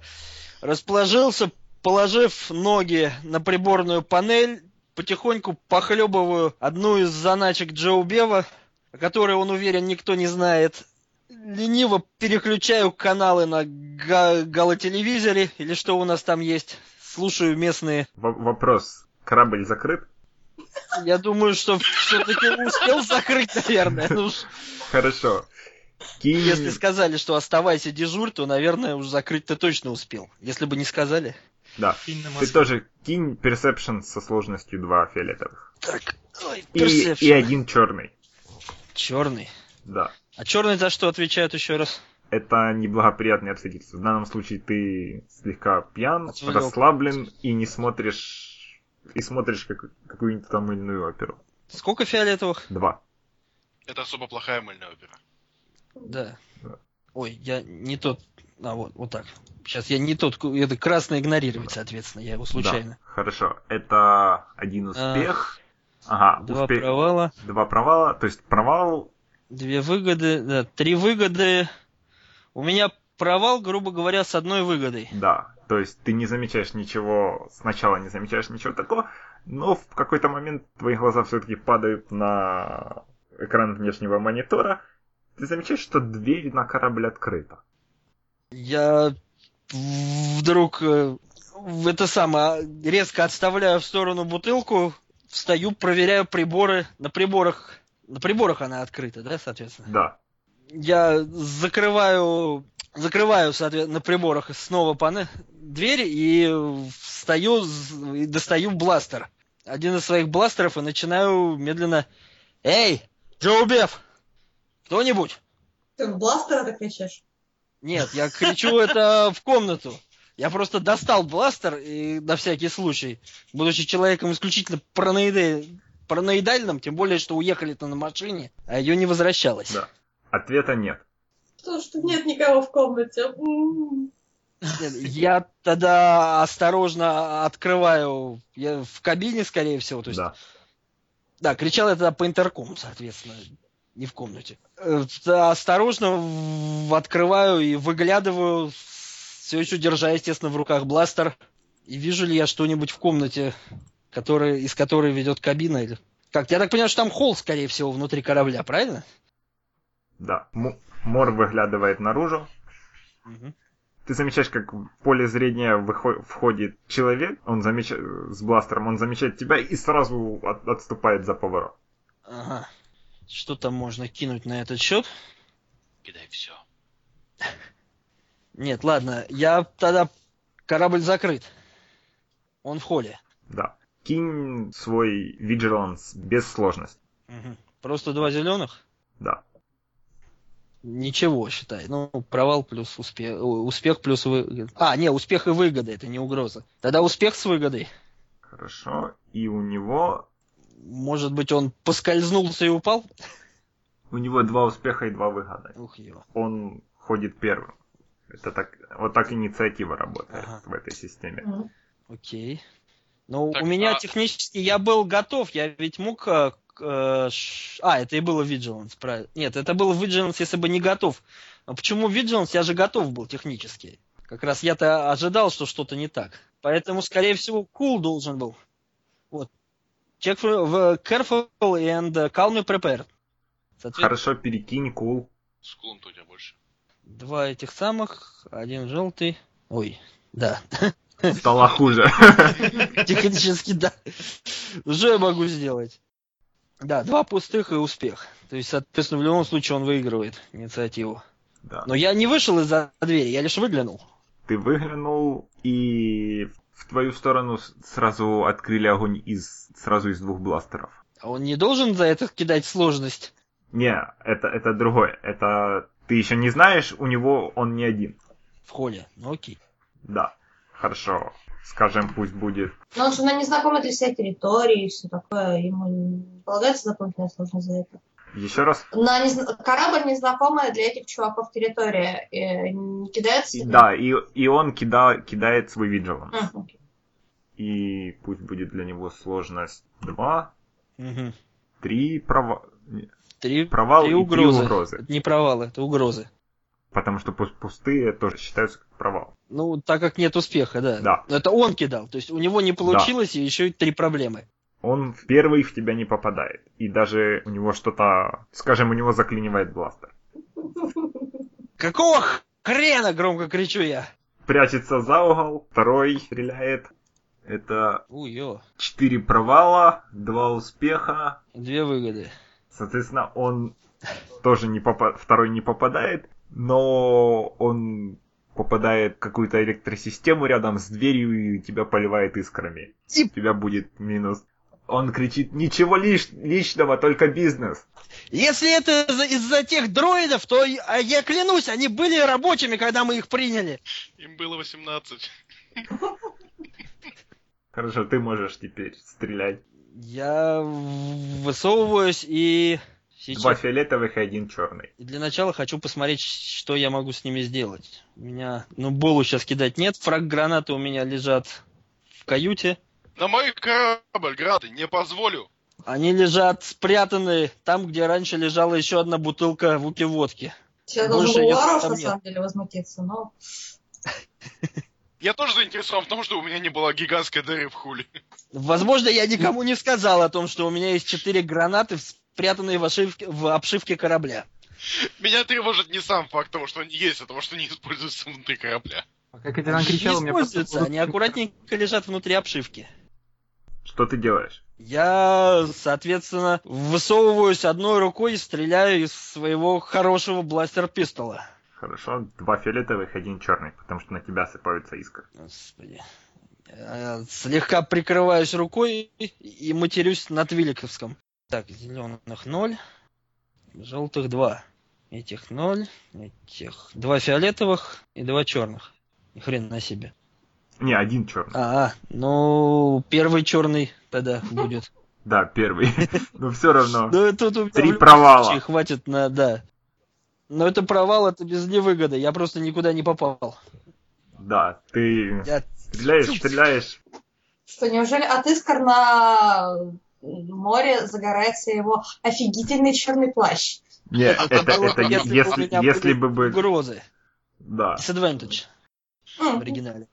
S3: расположился, положив ноги на приборную панель, потихоньку похлебываю одну из заначек Джоу Бева, о которой, он уверен, никто не знает. Лениво переключаю каналы на га- галотелевизоре, или что у нас там есть. Слушаю местные.
S1: В- вопрос. Корабль закрыт?
S3: Я думаю, что все-таки успел закрыть, наверное. Ну, уж
S1: Хорошо. Кинь...
S3: если сказали, что оставайся дежурь, то, наверное, уж закрыть-то точно успел. Если бы не сказали.
S1: Да.
S6: Кинь на
S1: Ты
S6: мозг.
S1: тоже кинь персепшн со сложностью 2 фиолетовых.
S3: Так, ой,
S1: И, и один черный.
S3: Черный.
S1: Да.
S3: А черный за что отвечают еще раз?
S1: Это неблагоприятные обстоятельства. В данном случае ты слегка пьян,
S3: Отвалил.
S1: расслаблен и не смотришь и смотришь как- какую-нибудь там иную оперу.
S3: Сколько фиолетовых?
S1: Два.
S2: Это особо плохая мыльная опера.
S3: Да.
S1: Да.
S3: Ой, я не тот. А вот, вот так. Сейчас я не тот. ку- Это красный игнорировать, соответственно, я его случайно.
S1: Да. Хорошо. Это один успех. ага,
S3: Два
S1: успе-
S3: провала,
S1: два провала. То есть провал
S3: две выгоды, да, три выгоды. У меня провал, грубо говоря, с одной выгодой.
S1: Да, то есть ты не замечаешь ничего, сначала не замечаешь ничего такого, но в какой-то момент твои глаза все-таки падают на экран внешнего монитора, ты замечаешь, что дверь на корабль открыта.
S3: Я вдруг э, в это самое резко отставляю в сторону бутылку, встаю, проверяю приборы. На приборах. На приборах она открыта, да, соответственно?
S1: Да,
S3: я закрываю, закрываю, соответственно, на приборах снова панель, дверь и встаю с- и достаю бластер. Один из своих бластеров и начинаю медленно... Эй, Джоубев! Кто-нибудь?
S5: Ты в бластера так кричишь?
S3: Нет, я кричу это в комнату. Я просто достал бластер и на всякий случай, будучи человеком исключительно параноиде- параноидальным, тем более, что уехали-то на машине, а ее не возвращалось.
S1: Да. ответа нет.
S5: Потому что нет никого в комнате. М-м-м. М.
S3: Нет, Я тогда осторожно открываю. Я в кабине, скорее всего. То есть, да.
S1: Да.
S3: кричал я тогда по интеркому, соответственно, не в комнате. Э, да, Осторожно в- открываю и выглядываю, все еще держа, естественно, в руках бластер. И вижу ли я что-нибудь в комнате, который, из которой ведет кабина? Или... Как? Я так понимаю, что там холл, скорее всего, внутри корабля, правильно?
S1: Да. М- Мор выглядывает наружу. Ты замечаешь, как в поле зрения выхо- входит человек, он замеч... с бластером, он замечает тебя и сразу от- отступает за поворот.
S3: Ага. Что там можно кинуть на этот счет?
S2: Кидай все.
S3: Нет, ладно, я тогда... Корабль закрыт. Он в холле.
S1: Да. Кинь свой Vigilance без сложности.
S3: Мгм. Просто два зеленых?
S1: Да.
S3: Ничего, считай. Ну, провал плюс успех. Успех плюс выгода. А, не, успех и выгода, это не угроза. Тогда успех с выгодой.
S1: Хорошо. И у него
S3: Может быть, он поскользнулся и упал?
S1: У него два успеха и два выхода.
S3: Ух, ё.
S1: Он ходит первым. Это так, вот так инициатива работает
S3: Ага.
S1: в этой системе.
S5: Мгм.
S3: Окей. Ну,
S2: Так,
S3: у меня
S2: а-
S3: технически я был готов, я ведь мог... э, к- э, ш- А, это и было Vigilance, правильно. Нет, это было Vigilance, если бы не готов. А почему Vigilance? Я же готов был технически. Как раз я-то ожидал, что что-то не так. Поэтому, скорее всего, Cool должен был. Вот. Check for- в- careful and calm me prepared. Соответственно,
S1: Хорошо, перекинь, кул.
S2: С кулом-то у тебя больше.
S3: два этих самых, один желтый. Ой, да,
S1: Стало хуже.
S3: Технически, да. Уже я могу сделать. Да, два пустых и успех. То есть, соответственно, в любом случае он выигрывает инициативу.
S1: Да.
S3: Но я не вышел из-за двери, я лишь выглянул.
S1: Ну. Ты выглянул, и в твою сторону с- сразу открыли огонь из сразу из двух бластеров.
S3: А он не должен за это кидать сложность.
S1: Не, это, это другое. Это ты еще не знаешь, у него он не один.
S3: В холле. Ну окей.
S1: Да, хорошо. Скажем, пусть будет.
S5: Но он же на незнакомой для себя территории и все такое. Ему не полагается дополнительная сложность за это.
S1: Еще раз.
S5: На незна- Корабль незнакомая для этих чуваков территория. Э, не кидается?
S1: И- Да, и, и он кида- кидает свой виджелан.
S5: М, окей.
S1: И пусть будет для него сложность 2,
S3: Мгм.
S1: 3 права... не,
S3: Три,
S1: провал
S3: три
S1: и 3
S3: угрозы.
S1: угрозы.
S3: Это не провалы, это угрозы.
S1: Потому что пу- пустые тоже считаются как провал.
S3: Ну, так как нет успеха, да.
S1: Да.
S3: Но Это он кидал. То есть у него не получилось, и еще и три проблемы.
S1: Он в первый в тебя не попадает. И даже у него что-то... Скажем, у него заклинивает бластер.
S3: Какого хрена, громко кричу я.
S1: Прячется за угол, второй стреляет. Это
S3: Уё.
S1: 4 провала, 2 успеха.
S3: Две выгоды.
S1: Соответственно, он тоже не попа- второй не попадает, но он попадает в какую-то электросистему рядом с дверью и тебя поливает искрами.
S3: И-
S1: У тебя будет минус. Он кричит, ничего лиш- личного, только бизнес.
S3: Если это из-за, из-за тех дроидов, то я, а я клянусь, они были рабочими, когда мы их приняли.
S2: Им было 18.
S1: Хорошо, ты можешь теперь стрелять.
S3: Я в- высовываюсь и
S1: Два
S3: сейчас
S1: фиолетовых и один черный.
S3: и для начала хочу посмотреть, что я могу с ними сделать. У меня, ну, болу сейчас кидать нет, фраг гранаты у меня лежат в каюте.
S2: На мой корабль, грады, не позволю.
S3: Они лежат спрятаны там, где раньше лежала еще одна бутылка вуки водки.
S5: Человек должен
S3: Больше
S5: был
S3: её
S5: Ларош,
S3: там
S5: на
S3: нет.
S5: самом деле, возмутиться, но...
S2: Я тоже заинтересован в том, что у меня не было гигантской дыры в хуле.
S3: Возможно, я никому не сказал о том, что у меня есть четыре гранаты, спрятанные в, ошивке- в обшивке корабля.
S2: Меня тревожит не сам факт того, что они есть, а того, что они используются внутри корабля.
S4: Пока Катерина кричала, у
S3: не
S4: меня просто...
S3: используются, они аккуратненько лежат внутри обшивки.
S1: Что ты делаешь?
S3: Я, соответственно, высовываюсь одной рукой и стреляю из своего хорошего бластер-пистола.
S1: Хорошо, два фиолетовых и один черный, потому что на тебя сыпаются искры.
S3: Господи. Я слегка прикрываюсь рукой и матерюсь на Твиликовском. Так, зеленых ноль, желтых два. Этих ноль, этих два фиолетовых и два черных. Ни хрен на себе.
S1: Не, один черный.
S3: А, а, ну, первый черный тогда будет.
S1: Да, первый. Но все равно.
S3: Ну, тут у меня
S1: Три
S3: в любом
S1: провала.
S3: случае хватит на, да. Но это провал, это без невыгоды. Я просто никуда не попал.
S1: Да, ты
S3: Я-
S1: стреляешь, стреляешь.
S5: Что, неужели от искр на море загорается его офигительный черный плащ?
S1: Нет, это,
S2: было
S1: это
S2: бы
S1: е-
S2: если
S3: бы А у
S1: если,
S3: меня
S1: если
S3: были
S1: бы А. бы...
S3: Угрозы.
S1: Да,
S3: Disadvantage в
S5: М,
S3: оригинале.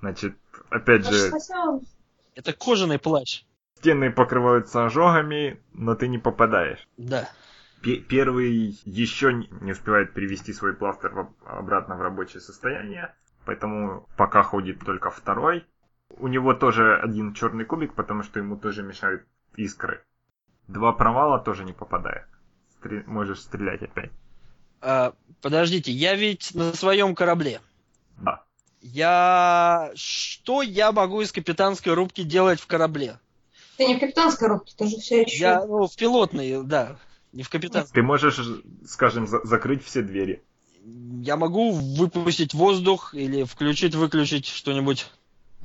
S1: значит, опять
S5: значит,
S1: же,
S5: совсем
S3: Это кожаный плащ.
S1: стены покрываются ожогами, но ты не попадаешь.
S3: Да.
S1: Пе- Первый еще не не успевает привести свой пластер в об- обратно в рабочее состояние, поэтому пока ходит только второй. У него тоже один черный кубик, потому что ему тоже мешают искры. Два провала тоже не попадает. Стре- можешь стрелять опять.
S3: А, подождите, я ведь на своем корабле.
S1: Да.
S3: Я... Что я могу из капитанской рубки делать в корабле?
S5: Ты не в капитанской рубке, ты же все еще...
S3: Я, ну, в пилотной, да. Не в капитанской.
S1: Ты можешь, скажем, за- закрыть все двери.
S3: Я могу выпустить воздух или включить-выключить что-нибудь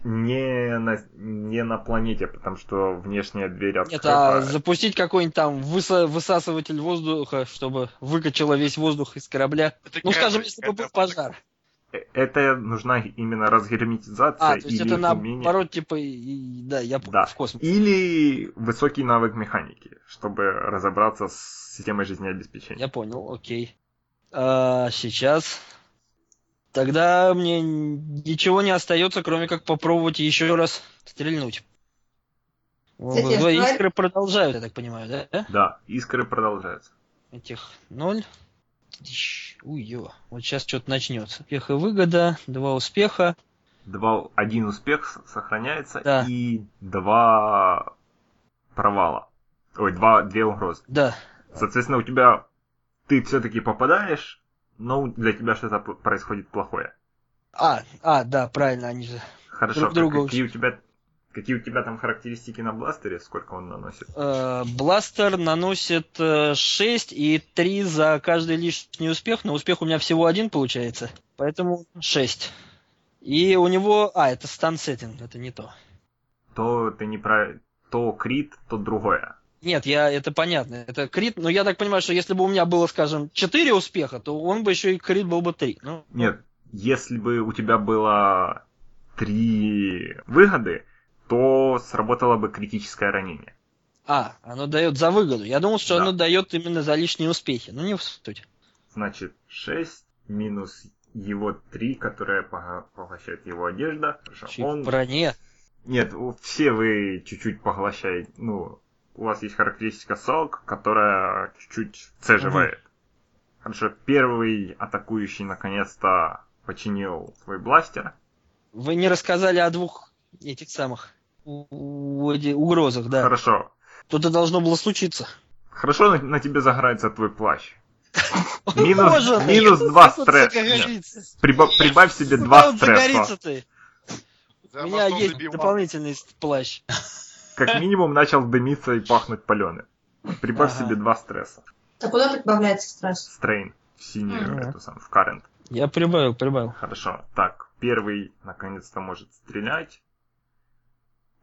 S1: Не, на- не на планете, потому что внешняя дверь открыта.
S3: Нет, а запустить какой-нибудь там высо- высасыватель воздуха, чтобы выкачало весь воздух из корабля.
S2: Это
S3: Ну, скажем,
S2: корабль,
S3: если бы был
S2: корабль.
S3: пожар.
S1: Э, Это нужна именно разгерметизация
S3: А, то есть
S1: или
S3: это
S1: умение-
S3: наоборот, типа, и- и- да, я понял,
S1: Да.
S3: в космос.
S1: Или высокий навык механики, чтобы разобраться с системой жизнеобеспечения.
S3: Я понял, окей. А, сейчас. Тогда мне ничего не остается, кроме как попробовать еще раз стрельнуть.
S5: Кстати,
S3: Твои
S5: я
S3: искры продолжают, я так понимаю, да?
S1: Да, искры продолжаются.
S3: Этих ноль. Тыщ, Уё. Вот сейчас что-то начнется. Успех и выгода. Два успеха.
S1: Два, один успех с- сохраняется
S3: Да.
S1: и два провала. Ой, два, две угрозы.
S3: Да.
S1: Соответственно, у тебя ты все-таки попадаешь, но для тебя что-то п- происходит плохое.
S3: А, а, да, правильно, они же.
S1: Хорошо, а
S3: Друг друга
S1: какие у тебя какие у тебя там характеристики на бластере, сколько он наносит?
S3: Э, Бластер наносит 6 и 3 за каждый лишний успех, но успех у меня всего один получается, поэтому 6. И у него... А, это стан сеттинг, это не то.
S1: То ты не про то крит, то другое.
S3: Нет, я, это понятно, это крит, но я так понимаю, что если бы у меня было, скажем, 4 успеха, то он бы еще и крит был бы 3. Ну,
S1: Нет, если бы у тебя было три выгоды, то сработало бы критическое ранение.
S3: а, оно дает за выгоду. Я думал, что
S1: Да.
S3: оно дает именно за лишние успехи, но не в суть.
S1: Значит, 6 минус его 3, которое пога- поглощает его одежда. Хорошо,
S3: Чуть
S1: Он...
S3: броне.
S1: Нет, у- все вы чуть-чуть поглощаете. Ну, у вас есть характеристика салк, которая чуть-чуть цеживает. Хорошо, первый атакующий наконец-то починил свой бластер.
S3: Вы не рассказали о двух этих самых у- у- эти- угрозах, да.
S1: Хорошо.
S3: Что-то должно было случиться.
S1: Хорошо, на, на тебе загорается твой плащ.
S3: О,
S1: Минус,
S3: Боже,
S1: минус
S3: ну,
S1: два
S3: как он
S1: стресса. Нет,
S3: загорится?
S1: приба- прибавь себе
S3: Куда
S1: два
S3: он загорится
S1: стресса.
S3: ты?
S2: Да,
S3: У меня
S2: потом
S3: есть
S2: добивал.
S3: дополнительный с- плащ.
S1: Как минимум начал дымиться и пахнуть паленым. Прибавь
S3: Ага.
S1: себе два стресса.
S5: А куда прибавляется стресс?
S1: Стрейн в синюю,
S3: Мгм.
S1: эту самую, в current.
S3: Я прибавил, прибавил.
S1: Хорошо. Так, первый наконец-то может стрелять.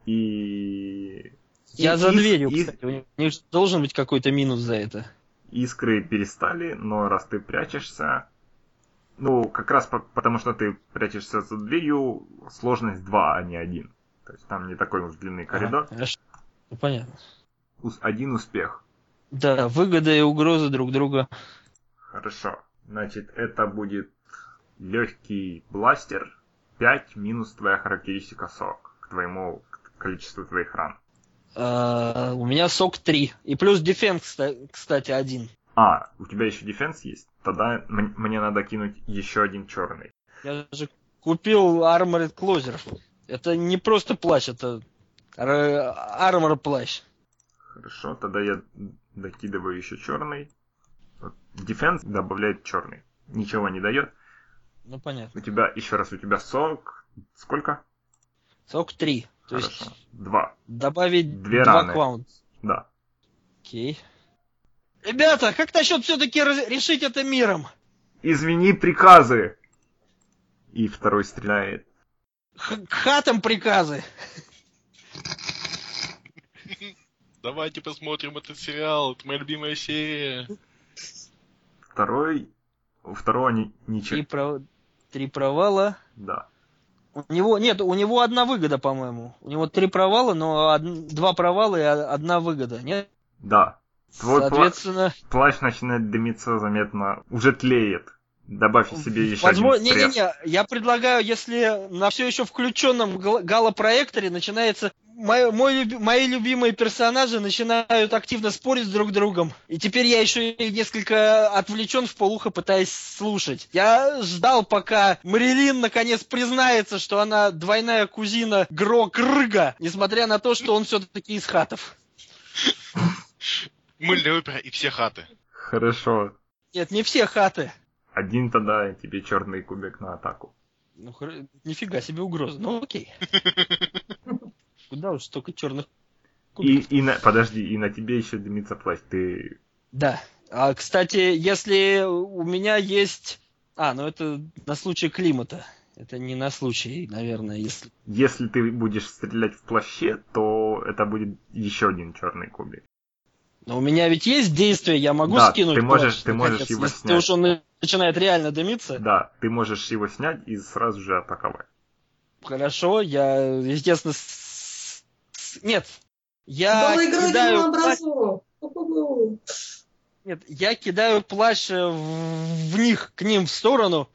S1: И...
S3: Я
S1: и-
S3: за
S1: ис-
S3: дверью,
S1: ис-
S3: кстати. У них же должен быть какой-то минус за это.
S1: Искры перестали, но раз ты прячешься... Ну, как раз по- потому, что ты прячешься за дверью, сложность 2, а не 1. То есть там не такой уж длинный коридор.
S3: Ага, хорошо. Ну, понятно.
S1: Ус- Один успех.
S3: Да, выгода и угрозы друг друга.
S1: Хорошо. Значит, это будет легкий бластер. 5 минус твоя характеристика 40 к твоему к количеству твоих ран.
S3: А, у меня сок 3. И плюс дефенс, кста- кстати, один.
S1: А, у тебя еще дефенс есть? Тогда м- мне надо кинуть еще один черный.
S3: Я же купил Armored Closer. Это не просто плащ, это ар- армор плащ.
S1: Хорошо, тогда я докидываю еще черный. Дефенс добавляет черный. Ничего не дает.
S3: Ну понятно.
S1: У тебя, еще раз, у тебя 40. Сколько?
S3: Сок 3. То есть
S1: Хорошо. Два.
S3: добавить
S1: Две
S3: два
S1: раны.
S3: кваунта.
S1: Да.
S3: Окей. Ребята, как насчет все-таки решить это миром?
S1: Извини приказы! И второй стреляет.
S3: Х- к хатам приказы.
S2: Давайте посмотрим этот сериал, это моя любимая серия.
S1: Второй... У второго ни-
S3: Три,
S1: ничего.
S3: пров- три провала.
S1: Да.
S3: У него нет, у него одна выгода, по-моему. У него три провала, но од- два провала и о- одна выгода. Нет,
S1: Да. Твой пла-
S3: соответственно,
S1: Плащ начинает дымиться заметно. Уже тлеет. Добавь себе еще
S3: возможно,
S1: один
S3: не,
S1: стресс.
S3: не, не, я предлагаю, если на все еще включенном гал- галопроекторе начинается мой, мой люби- мои любимые персонажи начинают активно спорить друг с другом, и теперь я еще и несколько отвлечен в полухо, пытаясь слушать. Я ждал, пока Марилин наконец признается, что она двойная кузина Грок Рыга, несмотря на то, что он все-таки из хатов.
S2: Мыльная опера и все хаты.
S1: Хорошо.
S3: Нет, не все хаты.
S1: Один тогда тебе черный кубик на атаку.
S3: Ну, хр- нифига себе угроза. Ну, окей. Куда уж столько черных
S1: И, и на... Подожди, и на тебе еще дымится плащ. Ты...
S3: Да. А, кстати, если у меня есть... А, ну это на случай климата. Это не на случай, наверное, если...
S1: Если ты будешь стрелять в плаще, то это будет еще один черный кубик.
S3: Но у меня ведь есть действие, я могу
S1: Да,
S3: скинуть
S1: ты можешь-
S3: плащ,
S1: ты
S3: наконец,
S1: можешь его
S3: если
S1: снять.
S3: уж он начинает реально дымиться.
S1: Да, ты можешь его снять и сразу же атаковать.
S3: Хорошо, я, естественно, с- с- нет. Я
S5: Была игра
S3: кидаю
S5: Дима
S3: плащ-
S5: Образова. Ху-ху-ху.
S3: нет, я кидаю плащ э, в, в них, к ним в сторону.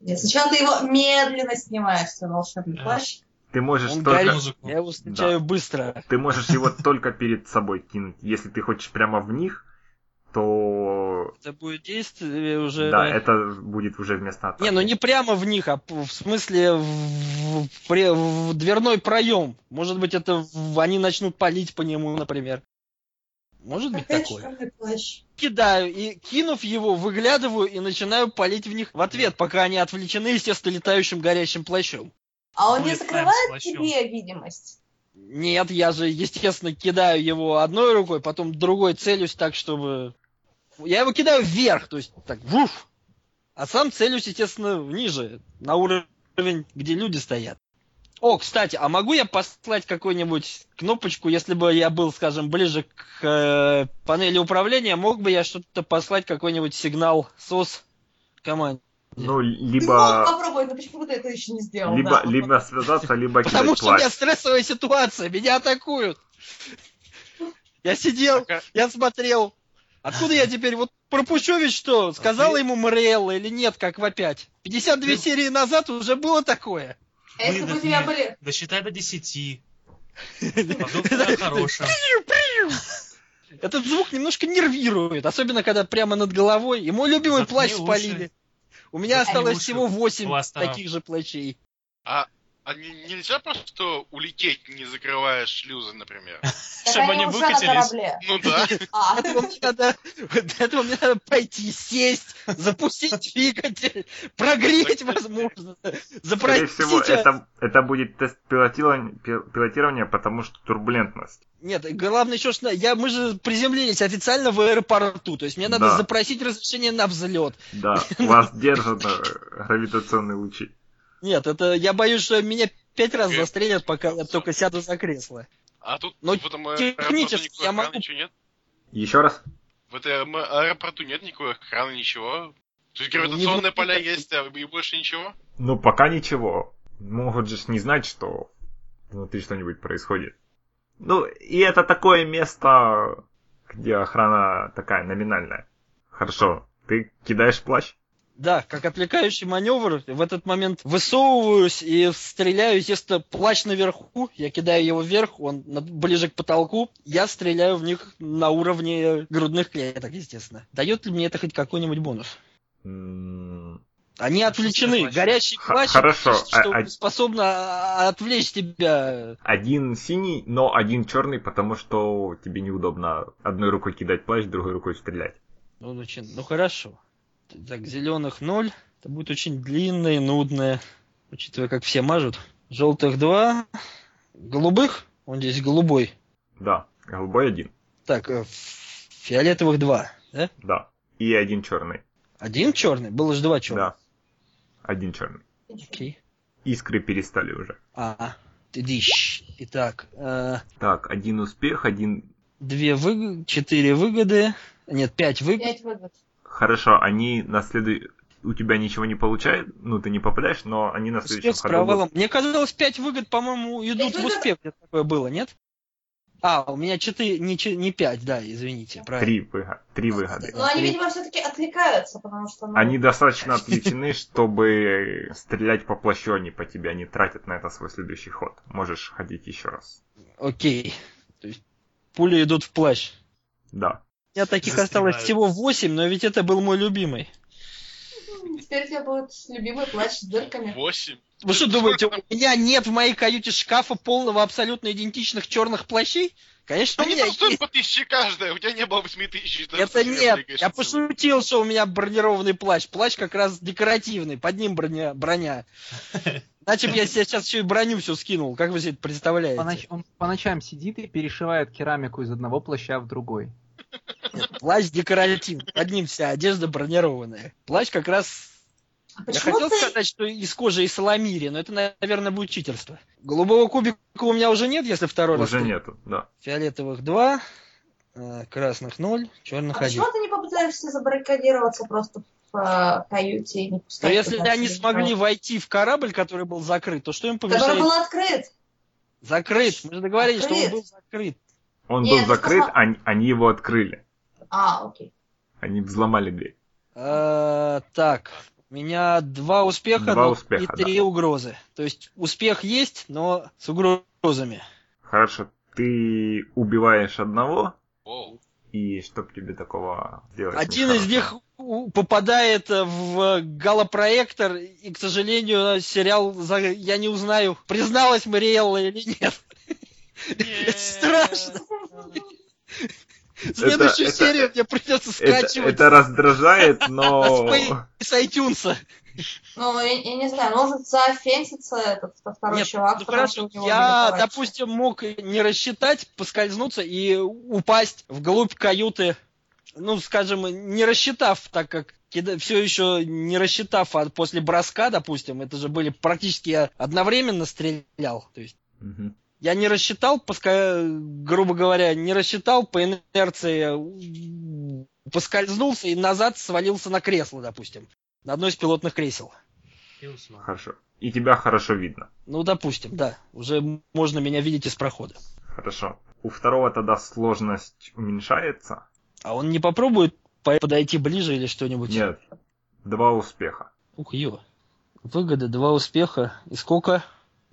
S5: Нет, сначала ты его медленно снимаешь, свой волшебный
S6: Да.
S5: плащ.
S1: Ты можешь
S3: Он
S1: только...
S3: горит.
S6: Музыку.
S3: Я его встречаю быстро.
S1: Ты можешь его только перед собой кинуть. Если ты хочешь прямо в них, то...
S3: Это будет действие уже.
S1: Да, это будет уже вместо атаки.
S3: Не, ну не прямо в них, а п- в смысле в, в- в пре- в дверной проем. Может быть, это в- они начнут палить по нему, например. Может быть
S5: Опять
S3: такое.
S5: черный плащ.
S3: кидаю и кинув его, выглядываю и начинаю палить в них в ответ, пока они отвлечены, естественно, летающим горящим плащом.
S5: А он
S6: Будет
S5: не
S6: прям с
S5: закрывает
S6: плащом.
S5: тебе видимость?
S3: Нет, я же, естественно, кидаю его одной рукой, потом другой целюсь так, чтобы... Я его кидаю вверх, то есть так, вуф! А сам целюсь, естественно, ниже, на уровень, где люди стоят. О, кстати, а могу я послать какую-нибудь кнопочку, если бы я был, скажем, ближе к э, панели управления, мог бы я что-то послать, какой-нибудь сигнал СОС команде?
S1: Ну,
S5: Ты мог
S1: либо...
S5: попробовать, но почему ты этого еще не сделал?
S1: Либо,
S5: да.
S1: либо связаться, либо
S3: Потому
S1: кидать
S3: что у меня
S1: плащ.
S3: стрессовая ситуация, меня атакуют. Я сидел,
S2: Пока-
S3: я смотрел. Откуда я теперь? Вот пропущу ведь что? Сказала ему Мариэлла или нет, как в опять? 52 серии назад уже было такое.
S5: А если бы у
S6: Выдохни.
S5: тебя были...
S6: Досчитай до 10. Подумай о хорошем.
S3: Этот звук немножко нервирует, особенно когда прямо над головой. И мой любимый
S6: Заткни
S3: плащ
S6: уши.
S3: спалили. У меня
S6: Заткни
S3: осталось
S6: уши.
S3: всего 8
S6: Пластырем.
S3: таких же плащей.
S2: А не- нельзя просто улететь, не закрывая шлюзы, например?
S5: Так
S6: Чтобы
S5: они
S6: они
S5: уже на
S6: выкатились.
S5: корабле.
S2: Ну да.
S5: А,
S3: Для этого мне надо, для этого мне надо пойти сесть, запустить двигатель, прогреть, возможно,
S1: Скорее
S3: запросить.
S1: всего,
S3: а-
S1: это, это будет тест пилотирования, пил- пилотирования, потому что турбулентность.
S3: Нет, и главное еще, что я, мы же приземлились официально в аэропорту, то есть мне надо
S1: Да.
S3: запросить разрешение на взлет.
S1: Да, вас держат э, гравитационные лучи.
S3: Нет, это я боюсь, что меня пять раз
S2: Э.
S3: застрелят, пока я только сяду за кресло.
S2: А тут
S3: Ну,
S2: в этом аэропорту
S3: технически
S2: никакой
S3: я
S2: охраны
S3: могу.
S2: ничего нет.
S1: Еще раз.
S2: В этом аэропорту нет никакой охраны, ничего. То есть
S3: Ну, не
S2: гравитационные
S3: будет
S2: поля
S3: таких.
S2: есть, а и больше ничего?
S1: Ну, пока ничего. Могут же ж не знать, что внутри что-нибудь происходит. Ну, и это такое место, где охрана такая номинальная. Хорошо, ты кидаешь плащ?
S3: Да, как отвлекающий маневр, в этот момент высовываюсь и стреляю, естественно, плащ наверху, я кидаю его вверх, он на- ближе к потолку, я стреляю в них на уровне грудных клеток, естественно. Дает ли мне это хоть какой-нибудь бонус?
S1: М,
S3: Они
S1: А
S3: отвлечены,
S6: плащ.
S3: горящий
S1: Х-
S3: плащ,
S1: хорошо,
S3: что
S1: а- а-
S3: способно а, отвлечь тебя.
S1: Один синий, но один черный, потому что тебе неудобно одной рукой кидать плащ, другой рукой стрелять.
S3: Ну, ну, чин- ну, хорошо. Так, зеленых ноль, это будет очень длинное и нудное, учитывая, как все мажут. Желтых два, голубых, он здесь голубой,
S1: Да, голубой один,
S3: Так, э, ф- фиолетовых два, да?
S1: да. И один черный,
S3: Один черный, было же два черных.
S1: да. Один черный.
S3: Окей.
S1: Искры перестали уже.
S3: А, ты дищ. Итак, э,
S1: Так, один успех, один
S3: две выгоды, четыре выгоды, нет, пять выгод.
S5: пять выгод.
S1: Хорошо, они на следу... У тебя ничего не получает, ну ты не попадаешь, но они на следующем
S3: Успех с
S1: ходу
S3: провалом. Мне казалось, пять выгод, по-моему, идут
S5: Пять
S3: в
S5: выгод?
S3: успех. Где-то такое было, нет? А, у меня четыре, не, че- не пять, да, извините,
S1: будут
S3: правильно.
S1: три, выго- три выгоды.
S5: Но они, видимо, все-таки отвлекаются, потому что... ну,
S1: Они достаточно отвлечены, чтобы стрелять по плащу, а не по тебе. Они тратят на это свой следующий ход. Можешь ходить еще раз.
S3: Окей. То есть пули идут в плащ.
S1: Да.
S3: У меня таких осталось
S6: Застревают.
S3: всего восемь, но ведь это был мой любимый.
S5: Теперь у тебя будет любимый плащ с дырками.
S2: Восемь.
S3: Вы что думаете, у меня нет в моей каюте шкафа полного абсолютно идентичных черных плащей? Конечно, у
S2: Они
S3: меня
S2: там стоят
S3: есть.
S2: по тысяче каждая, у тебя не было восьми тысяч. да,
S3: Это
S2: ты себе
S3: нет.
S2: бегаешь
S3: Я
S2: по целу.
S3: пошутил, что у меня бронированный плащ. Плащ как раз декоративный, под ним броня. броня. Иначе бы я себе сейчас еще и броню всю скинул. Как вы себе это
S4: По ноч-
S3: представляете?
S4: Он по ночам сидит и перешивает керамику из одного плаща в другой.
S3: Плащ декоративный, под ним вся одежда бронированная. Плащ как раз Я
S5: А Почему
S3: хотел
S5: ты-
S3: сказать, что из кожи и саламири, но это, наверное, будет читерство. Голубого кубика у меня уже нет, если второй раз.
S1: Уже
S3: ты-
S1: нету, да.
S3: Фиолетовых два, э, красных ноль, черных
S5: а
S3: один.
S5: почему ты не попытаешься забаррикадироваться просто в э, каюте и не
S3: Но
S5: пускать?
S3: Ну, если
S5: туда
S3: они
S5: всех
S3: смогли
S5: никого?
S3: войти в корабль, который был закрыт, то что им
S5: Который
S3: помешает?
S5: был открыт.
S3: Закрыт. Мы же договорились, что он
S5: Открыт.
S3: был закрыт.
S1: Он
S5: Нет,
S1: был
S5: это
S1: закрыт,
S5: просто-
S1: они, они его открыли.
S5: А, окей.
S1: Они взломали дверь.
S3: Э, так, у меня два
S1: Два
S3: успеха, но
S1: успеха,
S3: и
S1: да.
S3: три угрозы. То есть успех есть, но с угрозами.
S1: Хорошо, ты убиваешь одного,
S2: Воу.
S1: и чтоб тебе такого сделать?
S3: Один из
S1: нехорошего?
S3: них у- попадает э, в галопроектор, и, к сожалению, э, сериал за- я не узнаю, призналась Мариэлла или нет. Это страшно. Следующую
S1: это-
S3: серию мне придется
S1: Это,
S3: скачивать
S1: это раздражает, но...
S3: Спей- с iTunes.
S5: Ну, я, я не знаю, может заофенситься этот этот второй
S3: Нет,
S5: чувак,
S3: ну
S5: потому что
S3: хорошо,
S5: у него
S3: я,
S5: были товарищи.
S3: допустим, мог не рассчитать, поскользнуться и упасть вглубь каюты, ну, скажем, не рассчитав, так как все еще не рассчитав а после броска, допустим, это же были практически я одновременно стрелял, то есть
S1: Мгм.
S3: я не рассчитал, поска- грубо говоря, не рассчитал по инерции, у- поскользнулся и назад свалился на кресло, допустим, на одно из пилотных кресел.
S6: И уснул.
S1: Хорошо. И тебя хорошо видно.
S3: Ну, допустим, да, уже можно меня видеть из прохода.
S1: Хорошо. У второго тогда сложность уменьшается?
S3: А он не попробует по- подойти ближе или что-нибудь?
S1: Нет. Два успеха.
S3: Ух, ё. Выгода, два успеха. И сколько?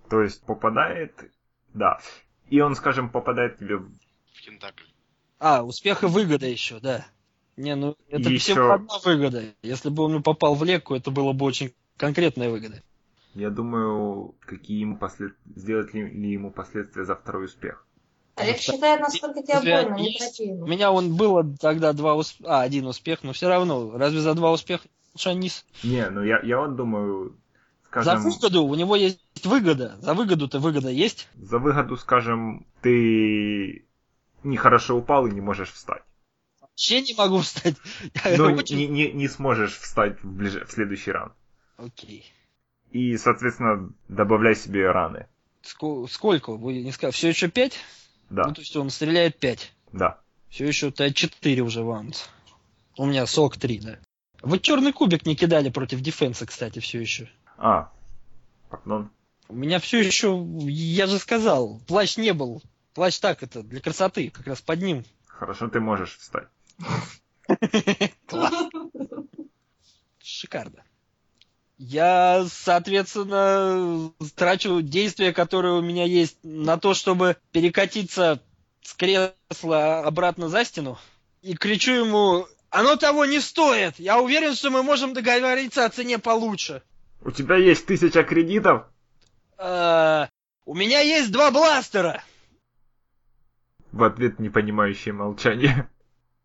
S1: То есть попадает... Да. И он, скажем, попадает тебе... в-
S2: В Кентакль.
S3: А, успех и выгода еще, да. Не, ну это
S1: И
S3: всего
S1: ещё-
S3: одна выгода. Если бы он попал в леку, это было бы очень конкретная выгода.
S1: Я думаю, какие ему послед... сделать ли, ли ему последствия за второй успех.
S5: А Олег считает, насколько тебе
S3: Если
S5: больно, не
S3: есть-
S5: торопи
S3: У
S5: его.
S3: меня он было тогда два усп- А, один успех, но все равно. Разве за два успеха лучше Анис?
S1: Не, ну я, я вот думаю,
S3: За
S1: скажем...
S3: выгоду у него есть выгода. За выгоду-то выгода есть.
S1: За выгоду, скажем, ты нехорошо упал и не можешь встать.
S3: Вообще не могу встать. Я
S1: Ну,
S3: очень-
S1: не, не, не сможешь встать в, ближе... в следующий раунд.
S3: Окей.
S1: И, соответственно, добавляй себе раны.
S3: Ско- Сколько? Вы не сказали. Все еще пять?
S1: Да,
S3: Ну, то есть он стреляет 5.
S1: да.
S3: Все еще Т4 уже вант. У меня 43, да. Вы черный кубик не кидали против дефенса, кстати, все еще.
S1: А, пардон.
S3: У меня все еще, я же сказал, плащ не был. Плащ так это, для красоты, как раз под ним.
S1: Хорошо, ты можешь встать.
S3: Класс. Шикарно. Я, соответственно, трачу действия, которые у меня есть, на то, чтобы перекатиться с кресла обратно за стену. И кричу ему, оно того не стоит. Я уверен, что мы можем договориться о цене получше.
S1: У тебя есть тысяча кредитов?
S3: «Э, у меня есть два бластера.
S1: В ответ непонимающее молчание.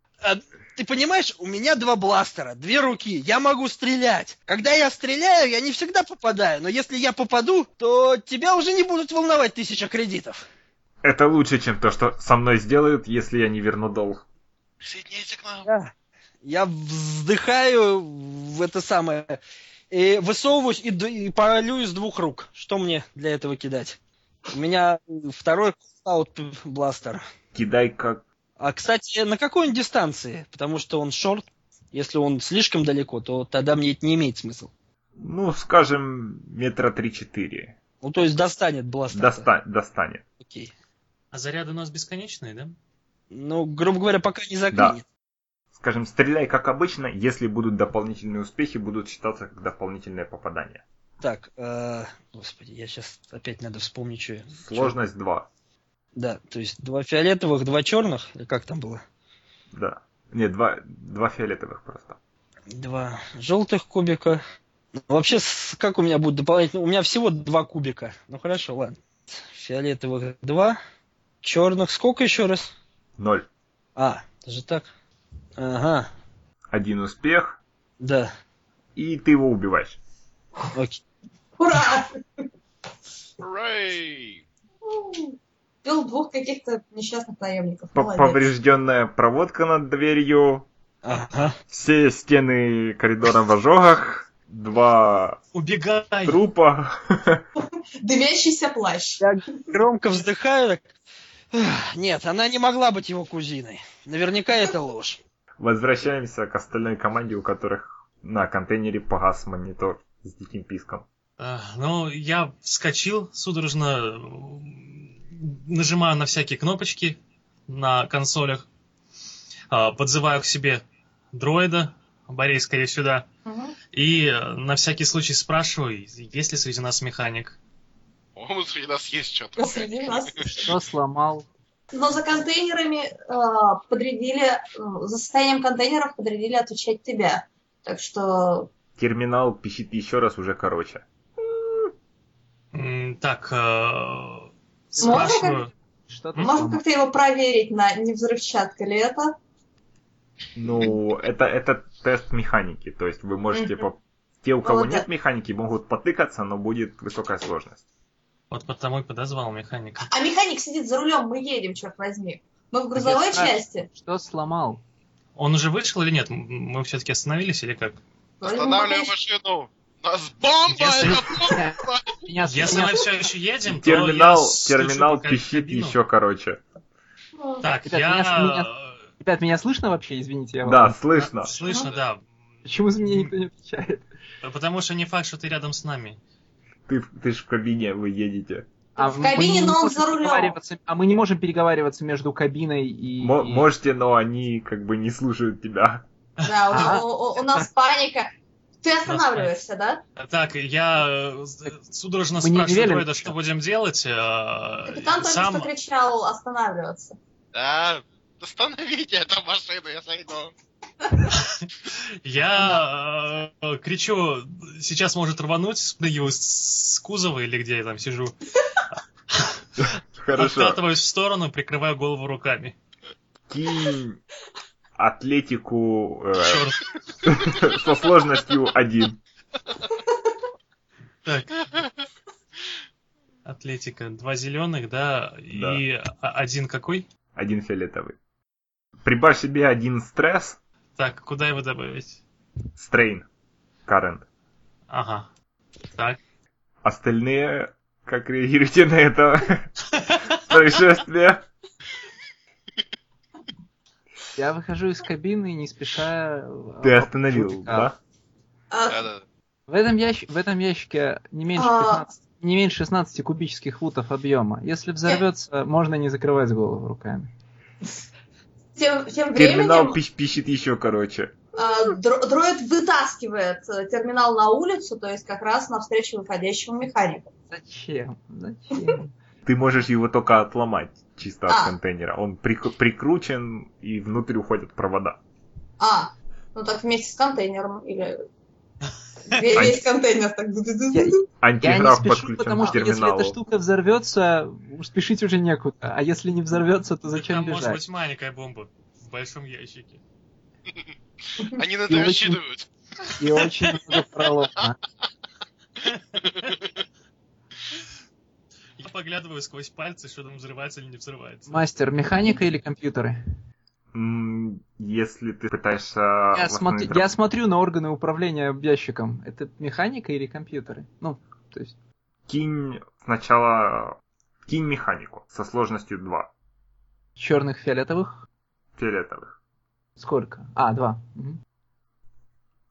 S3: Ты понимаешь, у меня два бластера, две руки, я могу стрелять. Когда я стреляю, я не всегда попадаю, но если я попаду, то тебя уже не будут волновать тысяча кредитов.
S1: Это лучше, чем то, что со мной сделают, если я не верну долг.
S2: Присоединяйся к нам.
S3: Я, я вздыхаю в это самое, и высовываюсь и, д- и полю из двух рук. Что мне для этого кидать? У меня второй аут бластер.
S1: Кидай как...
S3: А, кстати, на какой он дистанции? Потому что он шорт. Если он слишком далеко, то тогда мне это не имеет смысла.
S1: Ну, скажем, метра 3-4.
S3: Ну, то есть достанет бластер.
S1: Доста... Достанет.
S3: Окей.
S6: А заряды у нас бесконечные, да?
S3: Ну, грубо говоря, пока не
S1: Да.
S3: заклинит.
S1: Скажем, стреляй как обычно, если будут дополнительные успехи, будут считаться как дополнительное попадание.
S3: Так, э, господи, я сейчас опять надо вспомнить, что я...
S1: Сложность 2.
S3: Да, то есть два фиолетовых, два черных, или как там было?
S1: Да. Нет, два, два фиолетовых просто.
S3: Два желтых кубика. Ну, Вообще, с- как у меня будет дополнительно? У меня всего два кубика. Ну хорошо, ладно. Фиолетовых два, черных сколько еще раз?
S1: Ноль.
S3: А, даже так. Ага,
S1: Один успех,
S3: да.
S1: и ты его убиваешь.
S3: Окей.
S5: Ура!
S2: Рэй!
S5: Бил двух каких-то несчастных наемников.
S1: П-
S5: Молодец.
S1: Поврежденная проводка над дверью,
S3: Ага.
S1: все стены коридора в ожогах, два
S6: Убегай!
S1: трупа.
S5: Дымящийся плащ.
S3: Я громко вздыхаю. так, «Эх, Нет, она не могла быть его кузиной. Наверняка это ложь.
S1: Возвращаемся к остальной команде, у которых на контейнере погас монитор с диким писком.
S6: Э, Ну, я вскочил судорожно, м, нажимаю на всякие кнопочки на консолях, э, подзываю к себе дроида, Борей, скорее сюда,
S5: Мгм.
S6: и э, на всякий случай спрашиваю, есть ли среди нас механик.
S2: По-моему, среди нас есть что-то.
S5: Но Ну, среди нас.
S4: Что сломал?
S5: Но за контейнерами э, подрядили, э, за состоянием контейнеров подрядили отвечать тебя. Так что
S1: Терминал пищит еще раз уже короче.
S6: М, Так, э, спрашиваю.
S4: Что ты
S5: можно
S4: сломал?
S5: как-то его проверить на не взрывчатка ли это.
S1: Ну, это, это тест механики. То есть вы можете...
S5: Мгм.
S1: по- Те, у кого
S5: Ну, да.
S1: нет механики, могут потыкаться, но будет высокая сложность.
S6: Вот потому и подозвал механика.
S5: А механик сидит за рулем, мы едем, черт возьми. Мы в грузовой
S4: Где страх?
S5: части.
S4: Что сломал?
S6: Он уже вышел или нет? М, Мы все-таки остановились или как?
S5: Вроде бы мы пока
S2: Останавливаем
S5: еще-
S2: машину. У нас бомба!
S6: Если-
S2: Это бомба!
S4: Меня
S6: Если мы все еще едем, то Ну, я
S1: Терминал,
S6: стучу
S1: терминал
S6: пока в
S1: пищит
S6: кабину.
S1: еще короче.
S5: Ну,
S6: Так,
S4: Ребят,
S6: я...
S4: меня- Ребят, меня слышно вообще? Извините, я вам-
S1: Да, слышно.
S6: Слышно, да.
S4: Почему за меня никто не отвечает?
S6: Потому что не факт, что ты рядом с нами.
S1: Ты, ты ж в кабине, вы едете.
S5: В
S4: А мы
S5: кабине,
S4: не
S5: но он
S4: можем
S5: за рулем.
S4: переговариваться- А мы не можем переговариваться между кабиной и...
S1: Мо- можете, но они как бы не слушают тебя.
S5: Да, у-
S4: Ага.
S5: у, у- у нас паника. Ты останавливаешься, да?
S6: Так, я э, с- судорожно
S4: Мы не
S6: спрашиваю
S4: велели
S6: Дроида,
S4: ничего.
S6: что будем делать. э,
S5: Капитан только
S6: Сам...
S5: что кричал останавливаться.
S2: Да, остановите эту машину, я сойду.
S6: Я э, кричу, сейчас может рвануть, спрыгиваю с с кузова или где я там сижу.
S1: Хорошо.
S6: Откатываюсь в сторону, прикрываю голову руками.
S1: Кинь атлетику э,
S6: Черт.
S1: со сложностью один.
S6: Так. Атлетика. Два зеленых, да, и а- один какой?
S1: Один фиолетовый. Прибавь себе один стресс,
S6: Так, куда его добавить?
S1: стрейн, current.
S6: Ага. Так.
S1: Остальные, как реагируете на это происшествие?
S4: Я выхожу из кабины, не спеша... э,
S1: Ты остановил,
S4: обхожу
S1: да?
S4: пикап.
S5: А,
S2: Да-да.
S4: В этом, ящ- в этом ящике не меньше,
S5: А.
S4: 15 не меньше 16 кубических футов объема. Если взорвется, можно не закрывать голову руками.
S5: тем, тем
S1: Терминал
S5: временем
S1: пищ- пищит еще короче.
S5: а, дро- дроид вытаскивает э, терминал на улицу, то есть как раз навстречу выходящему механику.
S4: Зачем? Зачем?
S1: Ты можешь его только отломать чисто от
S5: А.
S1: контейнера. Он прик- прикручен и внутрь уходят провода.
S5: А, ну так вместе с контейнером или... ве-
S1: А-
S5: Весь контейнер так...
S4: Я, я не
S1: Антиграф
S4: спешу,
S1: подключен
S4: потому
S1: к
S4: что если
S1: терминалу.
S4: эта штука взорвется, спешить уже некуда. А если не взорвется, то зачем
S6: Там может
S4: бежать?
S6: быть маленькая бомба в большом ящике.
S2: Они на это
S4: И очень-
S2: рассчитывают.
S4: И очень много пролома.
S6: Я поглядываю сквозь пальцы, что там взрывается или не взрывается.
S4: Мастер, механика или компьютеры?
S1: М, Если ты пытаешься...
S4: Я,
S1: восстановить
S4: смотрю- я смотрю на органы управления ящиком. Это механика или компьютеры? Ну, то есть...
S1: кинь сначала кинь механику со сложностью 2
S4: Черных, фиолетовых?
S1: фиолетовых.
S4: Сколько? А, два. Мгм.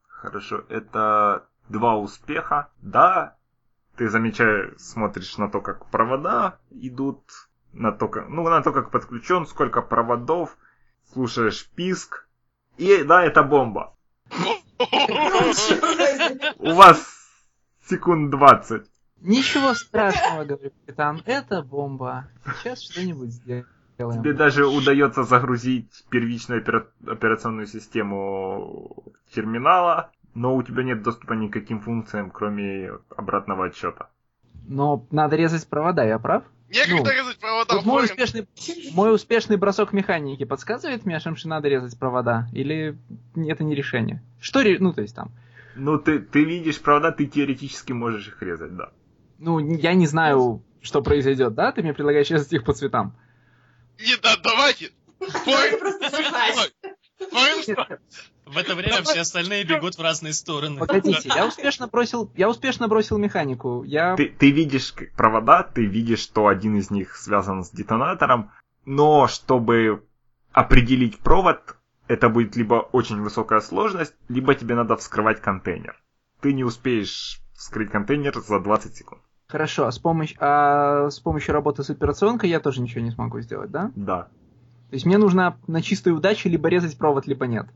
S1: Хорошо, это два успеха. Да, ты замечаешь, смотришь на то, как провода идут, на то, как, ну, на то, как подключен, сколько проводов, слушаешь писк. И да, это бомба. У вас секунд 20.
S4: Ничего страшного, говорю, капитан. Это бомба. Сейчас что-нибудь сделаем.
S1: Тебе даже удается загрузить первичную опера- операционную систему терминала, но у тебя нет доступа ни к каким функциям, кроме обратного отсчета.
S4: Но надо резать провода, я прав?
S2: Некогда
S4: Ну,
S2: резать провода,
S4: вот мой
S2: Флорин.
S4: успешный, мой успешный бросок механики подсказывает мне, что надо резать провода? Или это не решение? Что, ре- ну, то есть там,
S1: Ну, ты, ты видишь, правда, ты теоретически можешь их резать, да.
S4: ну, я не знаю, что произойдет, да? Ты мне предлагаешь резать их по цветам.
S2: Не да, давайте! Флорин,
S5: Просто
S2: Флорин,
S5: сажать.
S2: стой! Флорин, стой!
S6: В это время все остальные бегут в разные стороны.
S4: Погодите, я успешно бросил, я успешно бросил механику. Я
S1: Ты, ты видишь к- провода, ты видишь, что один из них связан с детонатором, но чтобы определить провод, это будет либо очень высокая сложность, либо тебе надо вскрывать контейнер. Ты не успеешь вскрыть контейнер за 20 секунд.
S4: хорошо, а с помощью, а с помощью работы с операционкой я тоже ничего не смогу сделать, да?
S1: Да,
S4: То есть мне нужно на чистой удаче либо резать провод, либо нет.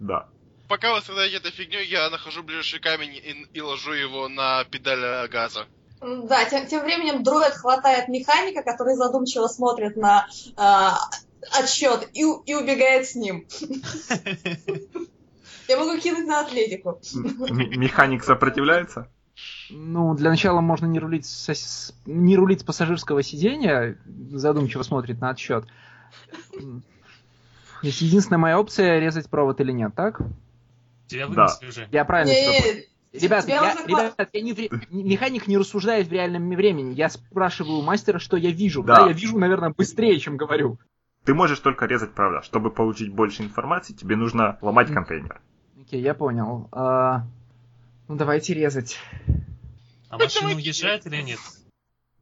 S1: да.
S2: Пока вы страдаете этой фигней, я нахожу ближайший камень и, и ложу его на педаль э, газа.
S5: Да, тем, тем временем дроид хватает механика, который задумчиво смотрит на э, отсчет и, у- и убегает с ним. Я могу кинуть на атлетику.
S1: М- механик сопротивляется?
S4: Ну, для начала можно не рулить, со- с, не рулить с пассажирского сиденья, задумчиво смотрит на отсчет. М. То есть единственная моя опция резать провод или нет, так?
S6: Тебя вынесли уже.
S4: Я правильно себя понял?
S5: Не-не-не,
S4: Ребят,
S5: тебя
S4: я,
S5: уже кла-
S4: ребят, я не в ре- не- механик не рассуждает в реальном времени. Я спрашиваю у мастера, что я вижу.
S1: Да.
S4: Да, я вижу, наверное, быстрее, чем говорю.
S1: Ты можешь только резать провода. Чтобы получить больше информации, тебе нужно ломать
S4: Мгм.
S1: контейнер.
S4: Окей, я понял. А, ну давайте резать.
S6: А машина уезжает или нет?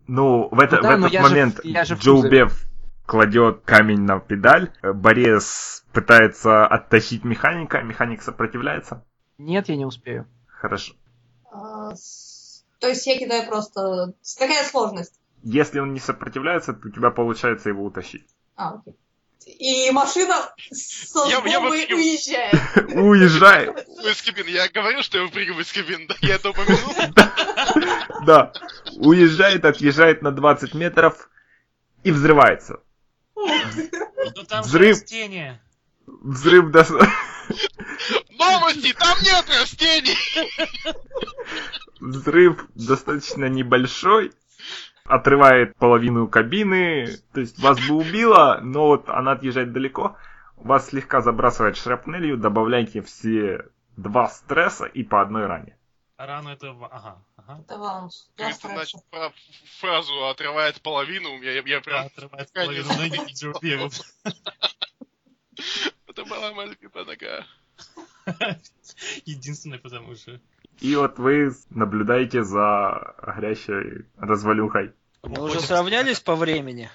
S1: Ну, в, это-
S4: Ну да,
S1: в
S4: но
S1: этот
S4: я же в-
S1: момент
S4: я же в
S1: Джоу
S4: кузове.
S1: Беф кладет камень на педаль, э, Борис пытается оттащить механика, механик сопротивляется.
S4: Нет, я не успею.
S1: Хорошо.
S5: э, с- То есть я кидаю просто... Какая сложность?
S1: Если он не сопротивляется, то у тебя получается его утащить.
S5: А, окей. И машина со
S2: Я- я
S5: злобой
S2: вообще-
S5: уезжает.
S1: Уезжай!
S2: Из кабин. Я говорил, что я выпрыгиваю из кабин, да? Я это упомянул.
S1: Да. Уезжает, отъезжает на 20 метров и взрывается.
S6: Ну там же
S1: Взрыв.
S6: растение.
S1: Взрыв до...
S2: Новости! Там нет растений!
S1: Взрыв достаточно небольшой, отрывает половину кабины, то есть вас бы убило, но вот она отъезжает далеко, вас слегка забрасывает шрапнелью, добавляйте все два стресса и по одной ране.
S6: А рану это... в- Ага, ага.
S5: Это ваунс. Я
S2: Кристо
S5: страшно.
S2: начал фра- фразу «отрывает половину», я, я
S6: Да,
S2: прям...
S6: отрывает половину ноги и Джо Беву.
S2: Это была моя любимая нога.
S6: Единственное, потому что...
S1: И вот вы наблюдаете за горящей развалюхой.
S3: Мы уже сравнялись по времени.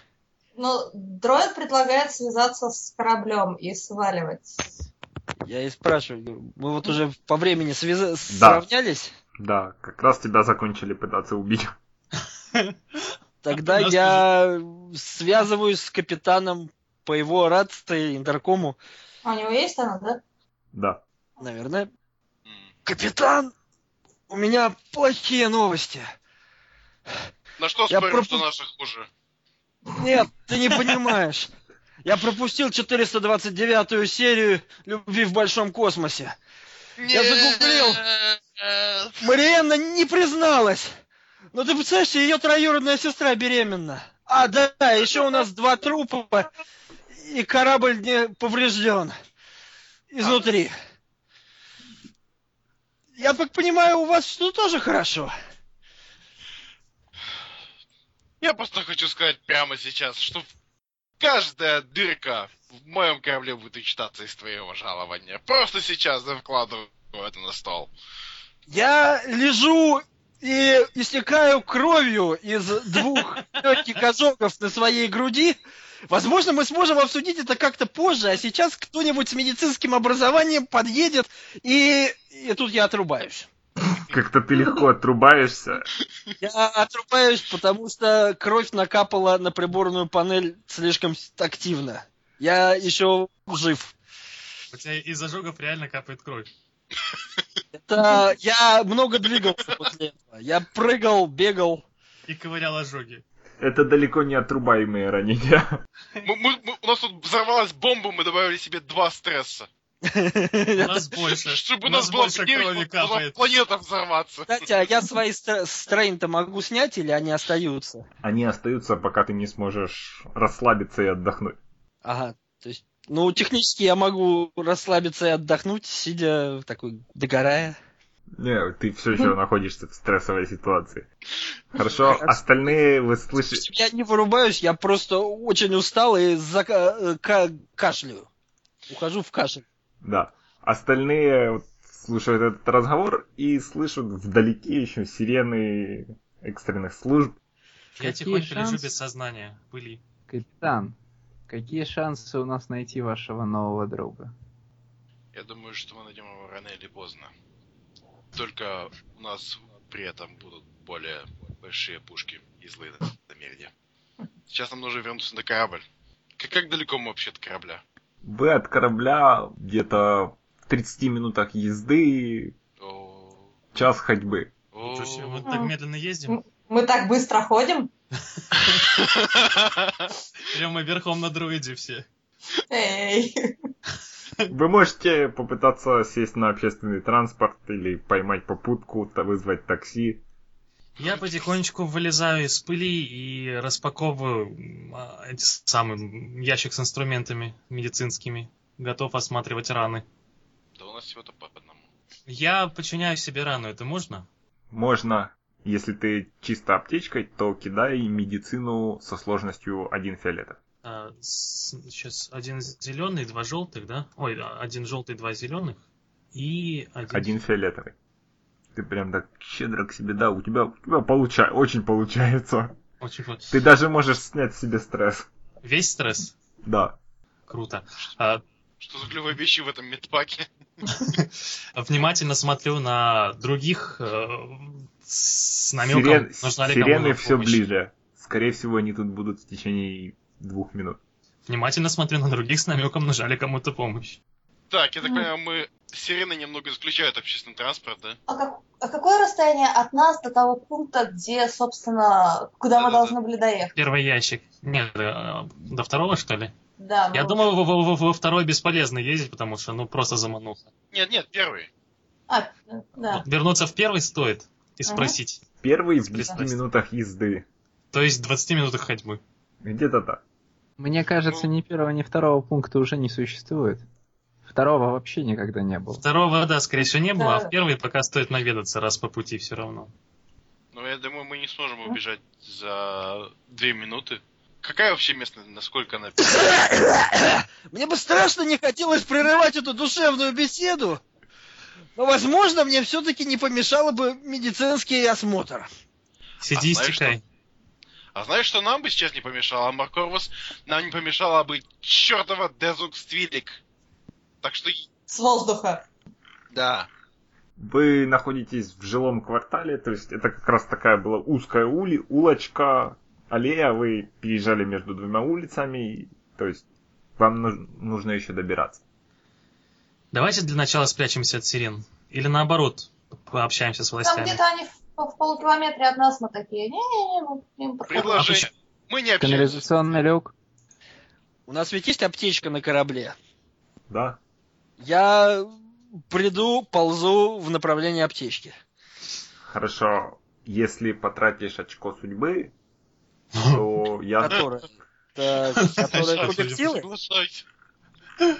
S5: Ну, дроид предлагает связаться с кораблем и сваливать.
S3: Я и спрашиваю, говорю, мы вот уже по времени связа- сравнялись?
S1: Да, как раз тебя закончили пытаться убить.
S3: Тогда
S6: У нас
S3: я связываюсь с капитаном по его рации, интеркому.
S5: А у него есть она, да?
S1: Да.
S3: Наверное. Капитан, у меня плохие новости.
S2: На что
S3: Я
S2: спорим,
S3: пропу-
S2: что наши хуже?
S3: Нет, ты не понимаешь. Я пропустил 429-ю серию «Любви в большом космосе». Я загуглил. Мариэнна не призналась. Но ты представляешь, ее троюродная сестра беременна. А, да, еще у нас два трупа, и корабль не поврежден изнутри. Я так понимаю, у вас что тоже хорошо.
S2: Я просто хочу сказать прямо сейчас, что каждая дырка в моем корабле будет читаться из твоего жалования. Просто сейчас я вкладываю это на стол.
S3: Я лежу и истекаю кровью из двух легких ожогов на своей груди. Возможно, мы сможем обсудить это как-то позже, а сейчас кто-нибудь с медицинским образованием подъедет, и, и тут я отрубаюсь.
S1: Как-то ты легко отрубаешься.
S3: Я отрубаюсь, потому что кровь накапала на приборную панель слишком с- активно. Я еще жив.
S6: У тебя из ожогов реально капает кровь.
S3: Это я много двигался после этого. Я прыгал, бегал.
S6: И ковырял ожоги.
S1: Это далеко не отрубаемые ранения.
S2: Мы- мы- мы- у нас тут взорвалась бомба, мы добавили себе два стресса.
S6: У нас больше.
S2: Чтобы
S6: У
S2: у нас,
S6: нас
S2: было
S6: больше
S2: 9,
S6: крови
S2: могла
S6: капает.
S2: планета взорваться.
S3: Кстати, а я свои стр- стрейн-то могу снять или они остаются?
S1: Они остаются, пока ты не сможешь расслабиться и отдохнуть.
S3: Ага, то есть, ну, технически я могу расслабиться и отдохнуть, сидя в такой, догорая.
S1: Не, ты все еще находишься в стрессовой ситуации. Хорошо, остальные вы
S3: То
S1: слышите...
S3: есть Я не вырубаюсь, я просто очень устал и зака- э, ка- кашляю. Ухожу в кашель.
S1: Да. Остальные вот слушают этот разговор и слышат вдалеке еще сирены экстренных служб.
S6: Я
S4: Какие
S6: тихонько лежу
S4: шансы?
S6: без сознания, в пыли.
S4: Капитан, какие шансы у нас найти вашего нового друга?
S2: Я думаю, что мы найдем его рано или поздно. Только у нас при этом будут более большие пушки и злые намерения. Сейчас нам нужно вернуться на корабль. Как, как далеко мы вообще от корабля?
S1: Вы от корабля где-то в 30 минутах езды,
S2: О,
S1: час ходьбы.
S2: о.
S6: Ничего себе, мы э, так медленно ездим.
S5: Мы так быстро ходим.
S6: Прям мы верхом на друиде все.
S5: Эй.
S1: Вы можете попытаться сесть на общественный транспорт или поймать попутку, та- вызвать такси.
S6: Я потихонечку вылезаю из пыли и распаковываю м, а, эти самые м, ящик с инструментами медицинскими. Готов осматривать раны.
S2: Да у нас всего-то по одному.
S6: Я подчиняю себе рану, это можно?
S1: Можно, если ты чисто аптечкой, то кидай медицину со сложностью 1 фиолетов.
S6: сейчас А, один зеленый, два желтых, да? Ой, а, один желтый, два зеленых. И один...
S1: Один фиолетовый. Ты прям так щедро к себе, да, у тебя, у тебя получа- очень получается.
S6: Очень вот.
S1: Ты даже можешь снять себе стресс.
S6: Весь стресс?
S1: Да.
S6: Круто. А,
S2: Что за клевые вещи в этом медпаке?
S6: Внимательно смотрю на других э, с намеком,
S1: Сирен-
S6: нужна ли
S1: Сирены
S6: кому-то
S1: все
S6: помощь.
S1: ближе. Скорее всего, они тут будут в течение двух минут.
S6: Внимательно смотрю на других с намеком, нужна ли кому-то помощь.
S2: Так, я так
S5: Ну.
S2: понимаю, мы... Сирены немного исключают общественный транспорт, да?
S5: А, как- а какое расстояние от нас до того пункта, где, собственно, куда мы
S2: Да-да-да.
S5: должны были доехать?
S6: Первый ящик. Нет, э, до второго, что ли?
S5: Да, ну,
S6: Я думаю, во, во- во- во второй бесполезно ездить, потому что, ну, просто замануха.
S2: Нет, нет, первый.
S5: а, да.
S6: Вот вернуться в первый стоит и
S5: Ага.
S6: спросить.
S1: Первые в 10
S6: Бесстрастно.
S1: минутах езды.
S6: То есть в 20 минутах ходьбы.
S1: Где-то так.
S4: Мне кажется, ни первого, ни второго пункта уже не существует. Второго вообще никогда не было.
S6: Второго, да, скорее всего, не было, а
S5: Да.
S6: в первый пока стоит наведаться, раз по пути все равно.
S2: Но я думаю, мы не сможем убежать за две минуты. Какая вообще местность, насколько она...
S3: Мне бы страшно не хотелось прерывать эту душевную беседу, но, возможно, мне все-таки не помешало бы медицинский осмотр.
S6: Сиди и
S2: знаешь
S6: стекай.
S2: А знаешь, что нам бы сейчас не помешало? А Маркорвус нам не помешала бы чертова Дезукс Твилик. Так что... и-
S5: С воздуха.
S2: Да.
S1: Вы находитесь в жилом квартале, то есть это как раз такая была узкая ули, улочка, аллея, вы переезжали между двумя улицами, и- то есть вам нуж- нужно еще добираться.
S6: Давайте для начала спрячемся от сирен. Или наоборот, пообщаемся с
S5: Там
S6: властями.
S5: где-то они в, в полукилометре от нас, мы такие, не-не-не, мы к ним проходим».
S2: Предложение. Мы не общаемся.
S4: Канализационный люк.
S3: У нас ведь есть аптечка на корабле.
S1: Да?
S3: Я приду, ползу в направлении аптечки.
S1: Хорошо. Если потратишь очко судьбы, то я...
S3: Которая... Так, которая
S2: Соглашайся,
S3: кубик силы?
S2: соглашайся.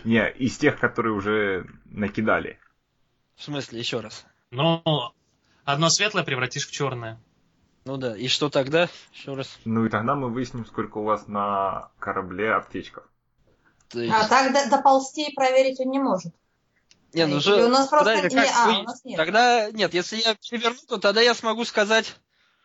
S1: Не, из тех, которые уже накидали.
S3: В смысле, еще раз.
S6: Но одно светлое превратишь в черное.
S3: Ну да, и что тогда? Еще раз.
S1: Ну и тогда мы выясним, сколько у вас на корабле аптечков.
S3: То есть-
S5: А так до- доползти и проверить он не может.
S3: Не, ну
S5: Или
S3: же-
S5: у нас просто...
S3: подожди,
S5: не,
S3: как
S5: а,
S3: вы-
S5: у нас нет.
S3: Тогда нет, если я переверну, то тогда я смогу сказать,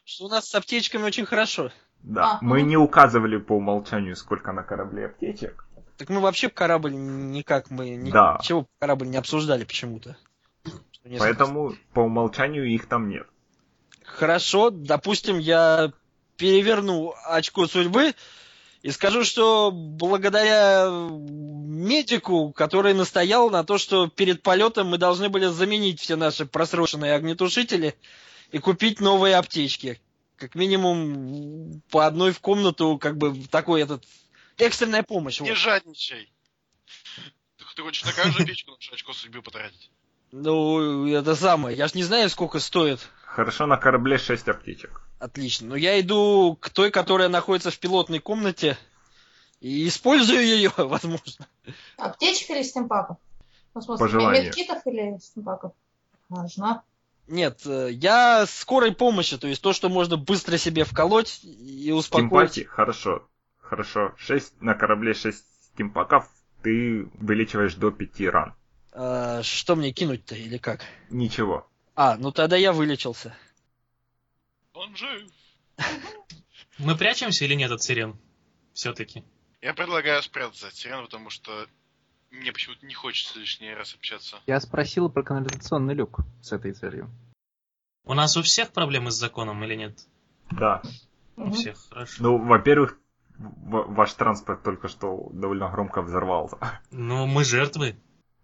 S3: что у нас с аптечками очень хорошо.
S1: Да.
S5: Ага.
S1: Мы не указывали по умолчанию, сколько на корабле аптечек.
S3: Так мы вообще корабль никак мы ни-
S1: Да.
S3: ничего про корабль не обсуждали почему-то. Что несколько-
S1: Поэтому по умолчанию их там нет.
S3: Хорошо, допустим, я переверну очко судьбы и скажу, что благодаря медику, который настоял на то, что перед полетом мы должны были заменить все наши просроченные огнетушители и купить новые аптечки. Как минимум по одной в комнату, как бы такой этот экстренная помощь. вот.
S2: Не жадничай. Ты, ты хочешь на каждую печку наше очко судьбы потратить?
S3: Ну, это самое. Я ж не знаю, сколько стоит.
S1: Хорошо, на корабле 6 аптечек.
S3: Отлично. Ну, я иду к той, которая находится в пилотной комнате. И использую ее, возможно.
S5: Аптечек или стимпаков? Ну, в смысле,
S1: По желанию.
S5: медкитов или стимпаков? Важно.
S3: Нет, э, я скорой помощи, то есть то, что можно быстро себе вколоть и успокоить.
S1: Стимпаки? Хорошо. Хорошо. 6, на корабле 6 стимпаков ты вылечиваешь до 5 ран.
S3: Э, Что мне кинуть-то или как?
S1: Ничего.
S3: А, ну тогда я вылечился.
S2: Он жив.
S6: Мы прячемся или нет от сирен? Все-таки.
S2: Я предлагаю спрятаться от сирены, потому что мне почему-то не хочется лишний раз общаться.
S4: Я спросил про канализационный люк с этой целью.
S6: У нас у всех проблемы с законом или нет?
S1: Да.
S6: У всех, хорошо.
S1: Ну, во-первых, ва- ваш транспорт только что довольно громко взорвался.
S6: Ну, мы жертвы.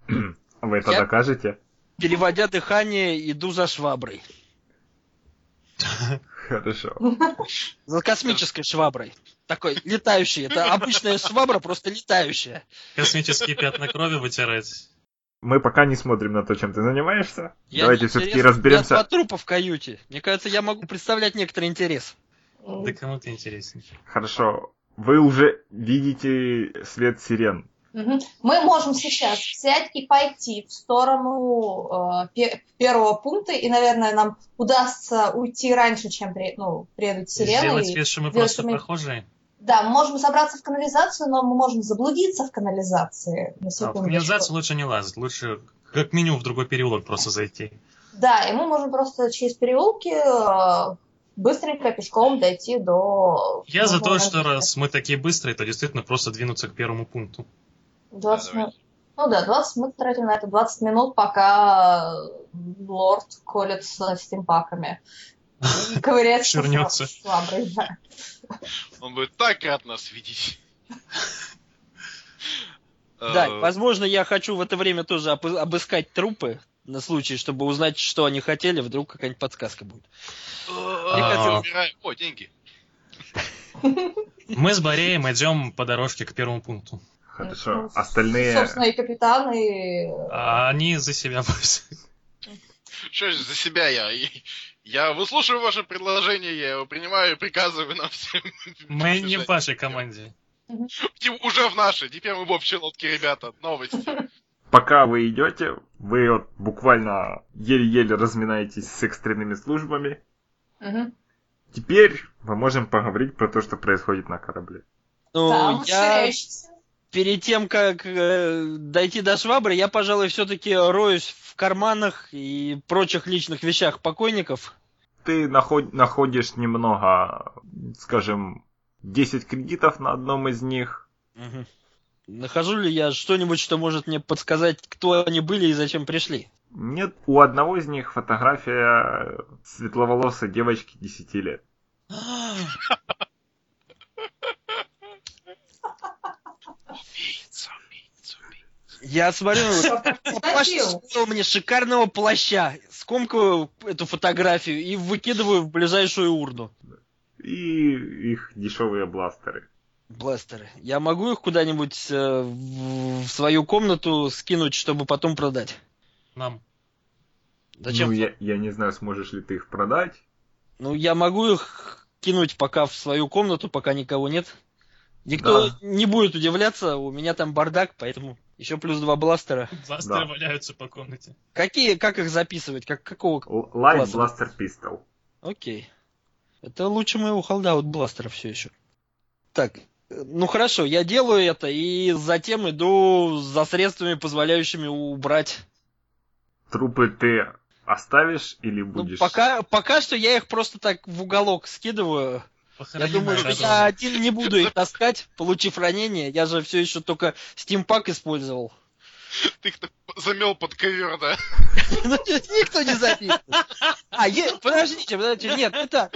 S1: Вы это
S3: Я-
S1: докажете?
S3: Переводя дыхание, иду за шваброй.
S1: Хорошо.
S3: За космической шваброй. Такой, летающей. Это обычная швабра, просто летающая.
S6: Космические пятна крови вытирать.
S1: Мы пока не смотрим на то, чем ты занимаешься.
S3: Я
S1: Давайте
S3: не
S1: все-таки
S3: интересно,
S1: разберемся.
S3: Я два трупа в каюте. Мне кажется, я могу представлять некоторый интерес.
S6: Да кому ты интересен?
S1: Хорошо. Вы уже видите свет сирен.
S5: Мгм. Мы можем сейчас взять и пойти в сторону э, пе- первого пункта, и, наверное, нам удастся уйти раньше, чем при- ну, приедут сирены.
S6: Сделать
S5: и-
S6: вид, что мы
S5: сделать,
S6: просто
S5: что мы-
S6: прохожие.
S5: Да, мы можем собраться в канализацию, но мы можем заблудиться в канализации. На
S6: А в
S5: секундочку.
S6: канализацию лучше не лазать. Лучше как минимум в другой переулок просто зайти.
S5: Да, и мы можем просто через переулки э, быстренько пешком дойти до...
S6: Я за то, что
S5: Наверное,
S6: раз мы такие быстрые, то действительно просто двинуться к первому пункту.
S5: 20
S2: Да,
S5: минут. Ну да, 20 минут тратим на это 20 минут, пока э, лорд колется стимпаками. И ковыряется с
S6: Швырнется.
S5: шваброй, да.
S2: Он будет так рад нас видеть.
S3: Да,
S2: Э,
S3: возможно, я хочу в это время тоже обы- обыскать трупы на случай, чтобы узнать, что они хотели, вдруг какая-нибудь подсказка будет.
S2: э,
S6: Я хотел-
S2: умираю. О, деньги.
S6: Мы с Бореем идем по дорожке к первому пункту.
S1: Хорошо.
S5: Ну,
S1: Остальные...
S5: Собственно, и капитан, и...
S6: А они за себя пусть.
S2: Что ж за себя я? И- Я выслушиваю ваше предложение, я его принимаю и приказываю нам всем.
S6: Мы не в
S2: бежать.
S6: вашей команде.
S2: Тем- Уже в нашей, теперь мы в общей лодке, ребята. Новости.
S1: Пока вы идете, вы вот буквально еле-еле разминаетесь с экстренными службами.
S5: Мгм.
S1: Теперь мы можем поговорить про то, что происходит на корабле.
S3: Ну,
S5: Там
S3: я
S5: ширяющийся.
S3: перед тем, как э, дойти до швабры, я, пожалуй, все-таки роюсь в карманах и прочих личных вещах покойников.
S1: Ты наход- находишь немного, скажем, 10 кредитов на одном из них.
S3: Мгм. Нахожу ли я что-нибудь, что может мне подсказать, кто они были и зачем пришли?
S1: Нет, у одного из них фотография светловолосой девочки 10 лет.
S3: Я смотрю, Паша
S5: Подожди.
S3: сделал мне шикарного плаща, скомкаю эту фотографию и выкидываю в ближайшую урну.
S1: И их дешевые бластеры.
S3: Бластеры. Я могу их куда-нибудь э, в в свою комнату скинуть, чтобы потом продать?
S6: Нам.
S3: Зачем?
S1: Ну, я, я не знаю, сможешь ли ты их продать.
S3: Ну, я могу их кинуть пока в свою комнату, пока никого нет. Никто
S1: Да.
S3: не будет удивляться, у меня там бардак, поэтому еще плюс два бластера.
S6: Бластеры
S1: Да.
S6: валяются по комнате.
S3: Какие, как их записывать, как какого?
S1: Л- Light
S3: Классно.
S1: Blaster Pistol.
S3: Окей. Это лучше моего холдаут бластера все еще. Так, э, ну хорошо, я делаю это и затем иду за средствами, позволяющими убрать
S1: Трупы ты оставишь или
S3: Ну,
S1: будешь...
S3: пока, пока что я их просто так в уголок скидываю. Я
S6: Похороним
S3: думаю,
S6: их
S3: что
S6: разом.
S3: я один не буду их таскать, получив ранение. Я же все еще только стимпак использовал.
S2: Ты их так замел под ковер, да?
S3: Ну, Никто не записывает. А, е- подождите, подождите, нет, это...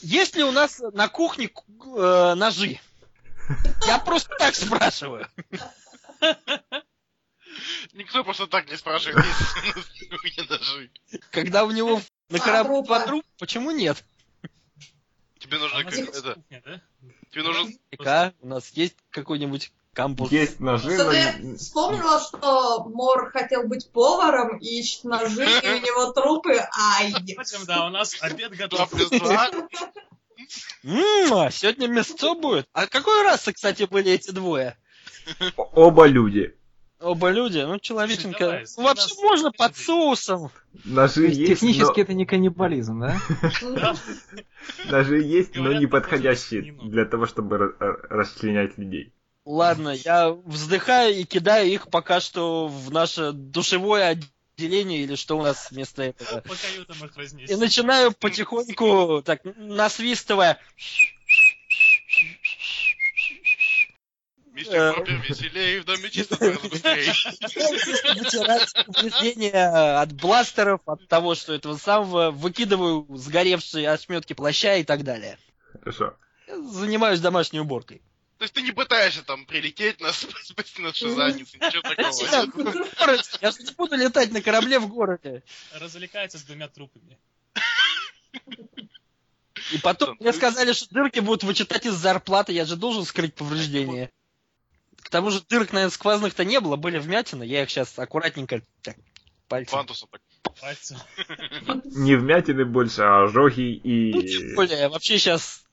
S3: Есть ли у нас на кухне э, ножи? Я просто так спрашиваю.
S2: Никто просто так не спрашивает, есть ли у нас на кухне ножи.
S3: Когда у него на
S5: Два
S3: корабле
S5: трупа.
S3: два трупа, почему нет?
S2: Тебе
S6: А
S2: нужно...
S6: у
S2: как-
S6: нас есть
S2: это,
S6: кухня, да?
S2: Тебе нужен...
S3: Наверняка У нас есть какой-нибудь кампус.
S1: Есть ножи,
S5: Что-то
S1: но
S5: я
S1: не-
S5: вспомнила, что Мор хотел быть поваром и ищет ножи, и у него трупы. Ай,
S6: Пойдем, да, у нас обед
S2: Два
S6: готов.
S2: плюс два.
S3: М, а сегодня мясцо будет. А какой расы, кстати, были эти двое?
S1: о- оба люди.
S3: Оба люди, ну
S6: Слушай,
S3: человеченко.
S6: давай,
S3: Ну, вообще
S6: нас-
S3: можно
S6: подожди.
S3: под соусом.
S4: То
S1: Ножи
S4: Ну, есть
S1: есть,
S4: технически
S1: но...
S4: это не каннибализм, да?
S1: ножи есть, но
S6: Говорят,
S1: не
S6: похоже,
S1: подходящие
S6: не нужно.
S1: для того, чтобы ра- ра- расчленять людей.
S3: Ладно, я вздыхаю и кидаю их пока что в наше душевое отделение или что у нас вместо этого.
S6: По каютам их разнеси.
S3: И начинаю потихоньку, так, насвистывая,
S2: Мистер Пропер веселее, в доме чисто гораздо быстрее.
S3: вытирать повреждения от бластеров, от того, что этого самого, выкидываю сгоревшие ошметки плаща и так далее.
S1: Хорошо.
S3: Я занимаюсь домашней уборкой.
S2: То есть ты не пытаешься там прилететь, нас спасти на шизанице, ничего
S3: Я
S2: такого.
S3: в городе, я же не буду летать на корабле в городе.
S6: Развлекается с двумя трупами.
S3: И потом мне сказали, что дырки будут вычитать из зарплаты, я же должен скрыть повреждения. К тому же дырок, наверное, сквозных-то не было, были вмятины, я их сейчас аккуратненько так, пальцем.
S2: Фантусом так.
S6: Пальцем.
S1: Не вмятины больше, а ожоги
S3: Ну, тем
S1: и...
S3: более, вообще сейчас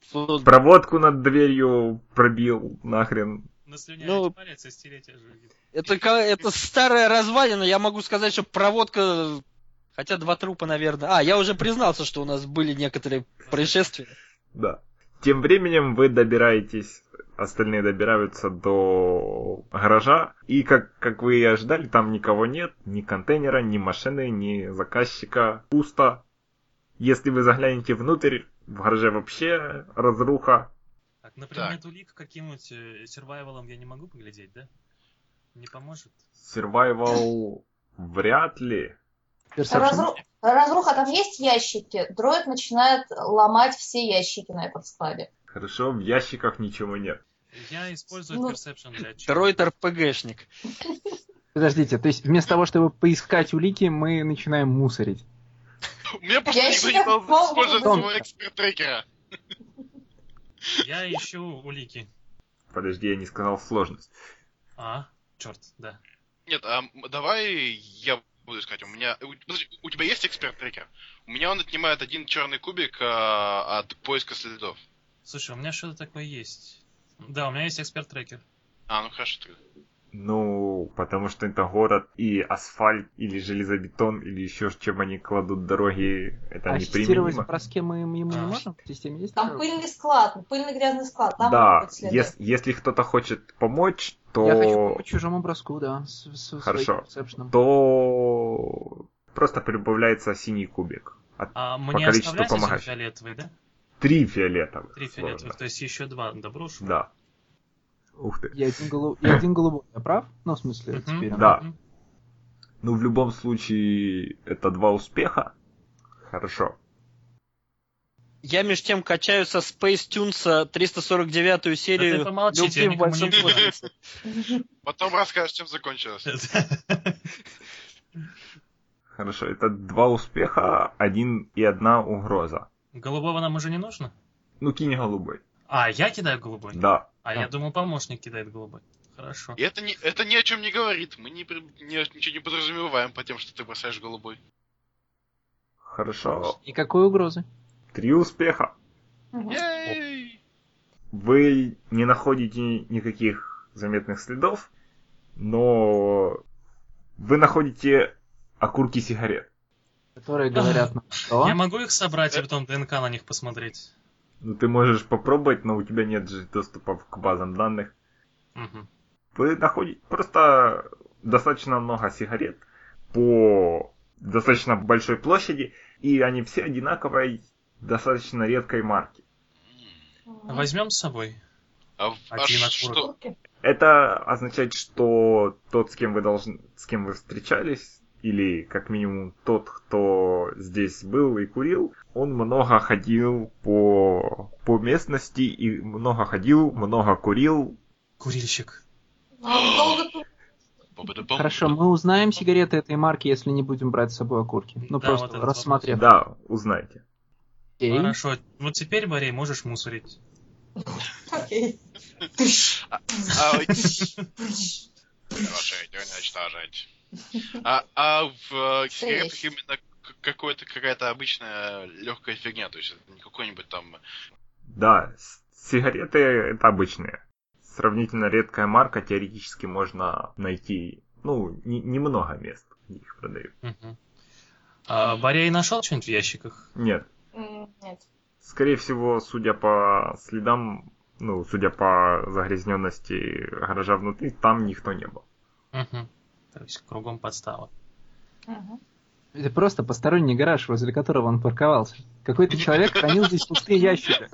S1: Проводку над дверью пробил нахрен.
S6: Наслюнявить
S3: Ну,
S6: палец и стереть ожоги.
S3: Это, ка- это старая развалина, я могу сказать, что проводка... Хотя два трупа, наверное. А, я уже признался, что у нас были некоторые происшествия.
S1: Да. Тем временем вы добираетесь, остальные добираются до гаража, и как, как вы и ожидали, там никого нет, ни контейнера, ни машины, ни заказчика, пусто. Если вы заглянете внутрь, в гараже вообще разруха.
S6: Так, на предмет улик каким-нибудь э, сервайвалом я не могу поглядеть, да? Не поможет?
S1: Survival вряд ли.
S4: Perception.
S5: Разру- Разруха, там есть ящики? Дроид начинает ломать все ящики на этом складе.
S1: Хорошо, в ящиках ничего нет.
S6: Я использую
S5: Ну,
S6: персепшн для отчета.
S3: Второй РПГшник.
S4: Подождите, то есть вместо того, чтобы поискать улики, мы начинаем мусорить.
S2: У меня просто
S5: Я
S2: никто не
S5: ещё
S2: дал
S5: помню.
S2: использовать
S4: Тонко.
S2: своего эксперт-трекера.
S6: Я ищу улики.
S1: Подожди, я не сказал сложность.
S6: А, черт, да.
S2: Нет, а м, давай я буду искать. У меня... у- ну, подожди, у тебя есть эксперт-трекер? У меня он отнимает один черный кубик а, от поиска следов.
S6: Слушай, у меня что-то такое есть. Да, у меня есть эксперт-трекер.
S2: А, ну хорошо тогда.
S1: Ну, потому что это город, и асфальт, или железобетон, или еще с чем они кладут дороги, это
S4: а фиксировать в
S1: неприменимо.
S4: броске мы ему не
S6: А.
S4: можем? В системе есть?
S5: Там
S4: такое?
S5: пыльный склад, пыльный грязный склад. Там
S1: да,
S5: могут быть следы.
S1: ес- если кто-то хочет помочь, то...
S4: Я хочу помочь чужому броску, да, с, с- со своим
S1: Хорошо.
S4: персепшеном.
S1: то просто прибавляется синий кубик. От
S6: А мне
S1: количеству
S6: оставлять эти
S1: помогающих.
S6: фиолетовые, да?
S1: три фиолетовых.
S6: Три
S1: сложно.
S6: фиолетовых, то есть еще два доброшу.
S1: Да. Ух ты.
S4: Я один, голу- я один голубой, я прав? Ну, в смысле,
S6: Мгм,
S4: теперь.
S1: Да.
S6: мгм.
S1: Ну, в любом случае, это два успеха. Хорошо.
S3: Я между тем качаю со Space Tunes а 349 серию
S6: Да ты
S3: «Любви
S6: помолчите, я
S3: в
S6: никому
S3: большом
S6: не
S3: городе».
S2: Потом расскажешь, чем закончилось.
S1: Хорошо, это два успеха, один и одна угроза.
S6: Голубого нам уже не нужно?
S1: Ну, кинь голубой.
S6: А, я кидаю голубой?
S1: Да.
S6: А я
S4: Да.
S6: думал, помощник кидает голубой. Хорошо.
S2: И это, не, это ни о чем не говорит. Мы не, при- не- ничего не подразумеваем по тем, что ты бросаешь голубой.
S1: Хорошо.
S4: Никакой угрозы.
S1: Три успеха.
S5: Мгм.
S2: Ей!
S1: Вы не находите никаких заметных следов, но вы находите окурки сигарет.
S4: Которые говорят нам, что...
S6: Я могу их собрать и потом ДНК на них посмотреть?
S1: Ну, ты можешь попробовать, но у тебя нет же доступа к базам данных.
S6: Мгм.
S1: Вы находите просто достаточно много сигарет по достаточно большой площади, и они все одинаковой, достаточно редкой марки.
S5: Мгм.
S6: Возьмем с собой.
S2: А, в- а
S6: Один
S2: ш-
S6: окурок.
S2: что?
S1: Это означает, что тот, с кем вы должны, с кем вы встречались, или как минимум тот, кто здесь был и курил, он много ходил по, по местности и много ходил, много курил.
S6: Курильщик.
S5: Ну, долго тут-
S2: Бу-бу-ду-бум.
S4: Хорошо, мы узнаем сигареты этой марки, если не будем брать с собой окурки. Ну,
S6: Да,
S4: просто
S6: вот этот
S4: рассмотрев.
S1: Да, узнайте.
S4: Окей.
S6: Хорошо. Вот теперь, Борей, можешь мусорить.
S5: Окей.
S2: А, ой. Уничтожить, уничтожить. А, а в э, сигаретах именно к- какое-то какая-то обычная легкая фигня, то есть это не какой-нибудь там.
S1: Да, с- сигареты это обычные. Сравнительно редкая марка, теоретически можно найти, ну, не- немного мест, где их продают.
S6: Мгм. А, Борей нашел что-нибудь в ящиках?
S1: Нет,
S5: М, Нет.
S1: скорее всего, судя по следам, ну, судя по загрязненности гаража внутри, там никто не был.
S6: Мгм. То есть кругом подстава.
S5: Мгм.
S4: Это просто посторонний гараж, возле которого он парковался. Какой-то человек хранил здесь пустые ящики.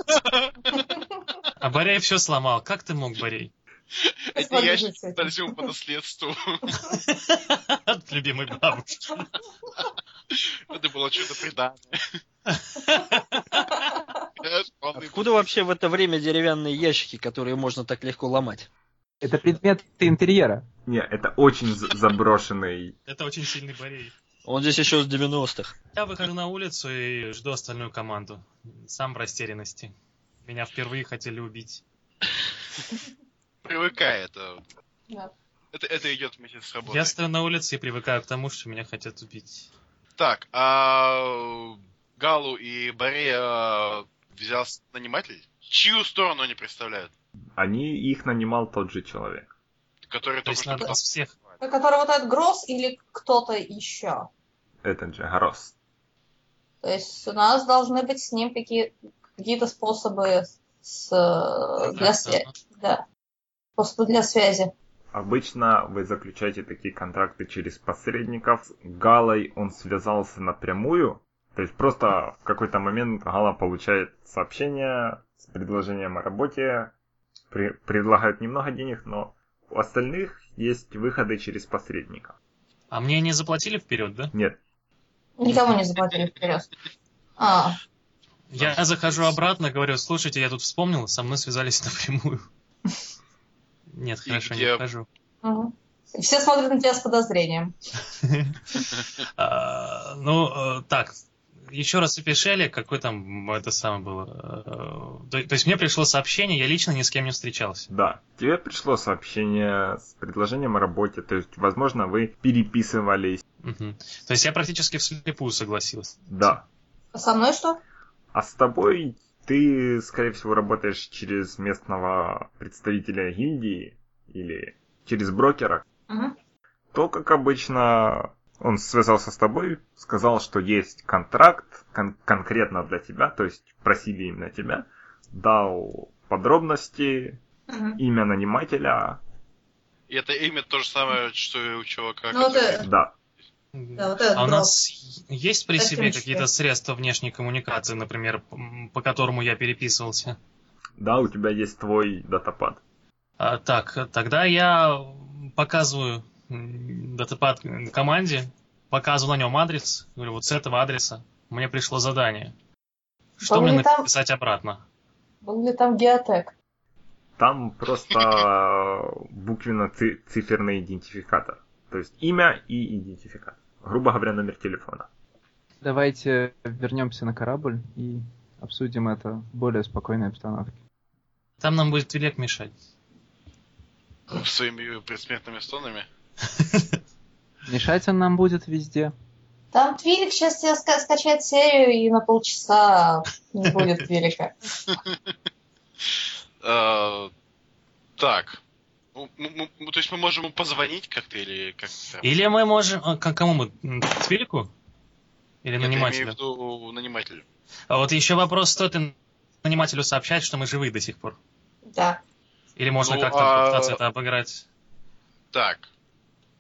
S6: А Борей все сломал. Как ты мог, Борей?
S2: Эти
S5: Сложно
S2: ящики
S5: жить с этим.
S2: остались ему по наследству.
S6: От любимой бабушки.
S2: Это было чудо предание.
S3: Откуда вообще в это время деревянные ящики, которые можно так легко ломать?
S4: Это предметы интерьера.
S1: Не, это очень з- заброшенный.
S6: Это очень сильный Борей.
S3: Он здесь еще с 90-х.
S6: Я выхожу на улицу и жду остальную команду. Сам в растерянности. Меня впервые хотели убить.
S2: Привыкай, это...
S5: Да.
S2: э. Это, это идет вместе с работой.
S6: Я стою на улице и привыкаю к тому, что меня хотят убить.
S2: Так, а Галу и Борея взял наниматель? Чью сторону они представляют?
S1: Они их нанимал тот же человек.
S2: Который
S6: То
S2: только
S6: есть
S2: что
S6: надо
S2: пытался
S6: нас всех...
S5: Ну, Который вот этот Гросс или кто-то еще.
S1: Этот же Горос.
S5: То есть у нас должны быть с ним какие- какие-то способы с, э, для связи. Да. Способы для связи.
S1: Обычно вы заключаете такие контракты через посредников. С Галой он связался напрямую. То есть просто в какой-то момент Гала получает сообщение с предложением о работе. При- предлагают немного денег, но у остальных есть выходы через посредников.
S6: А мне не заплатили вперед, да?
S1: Нет,
S5: Никому не заплатили вперед. А,
S6: Я захожу обратно, говорю, слушайте, я тут вспомнил, со мной связались напрямую. Нет,
S2: И
S6: хорошо,
S2: где-
S6: не вхожу.
S5: мгм. Все смотрят на тебя с подозрением.
S6: А, Ну, э, так, еще раз опишели, какой там это самое было. Э, То то есть мне пришло сообщение, я лично ни с кем не встречался.
S1: да. Тебе пришло сообщение с предложением о работе. То есть, возможно, вы переписывались.
S6: Мгм. То есть я практически вслепую согласился.
S1: Да.
S5: Со мной что?
S1: А с тобой ты, скорее всего, работаешь через местного представителя гильдии или через брокера.
S5: Мгм.
S1: То, как обычно, он связался с тобой, сказал, что есть контракт кон- конкретно для тебя, то есть просили именно тебя, дал подробности,
S5: Мгм.
S1: имя нанимателя,
S2: И это имя то же самое, что и у чувака.
S5: Ну,
S2: который-
S5: это-
S1: да.
S5: Да, вот этот
S6: А у
S5: Гросс.
S6: нас есть при себе
S5: Костюмчики.
S6: какие-то средства внешней коммуникации, например, м, по которому я переписывался?
S1: Да, у тебя есть твой датапад.
S6: А, так, тогда я показываю м, датапад команде, показываю на нем адрес, говорю, вот с этого адреса мне пришло задание. Что мне
S5: По-моему, там-
S6: написать обратно?
S5: Был ли там геотек?
S1: Там просто э, буквенно-циферный идентификатор. То есть имя и идентификатор. Грубо говоря, номер телефона.
S4: Давайте вернемся на корабль и обсудим это в более спокойной обстановке.
S6: Там нам будет Велек мешать.
S2: Своими предсмертными стонами.
S4: Мешать он нам будет везде.
S5: Там Твилик сейчас тебе ска- скачает серию, и на полчаса не будет Твилика.
S2: Э, Так. Ну, ну, ну, То есть мы можем ему позвонить как-то или как-то?
S6: Или мы можем... а, к кому мы? М, К Велику? Или
S2: Нет, я имею
S6: нанимателю?
S2: в виду нанимателю.
S6: А вот еще вопрос, стоит ли нанимателю сообщать, что мы живы до сих пор?
S5: Да.
S6: Или можно
S2: Ну,
S6: как-то
S2: а-
S6: попытаться это обыграть?
S2: Так.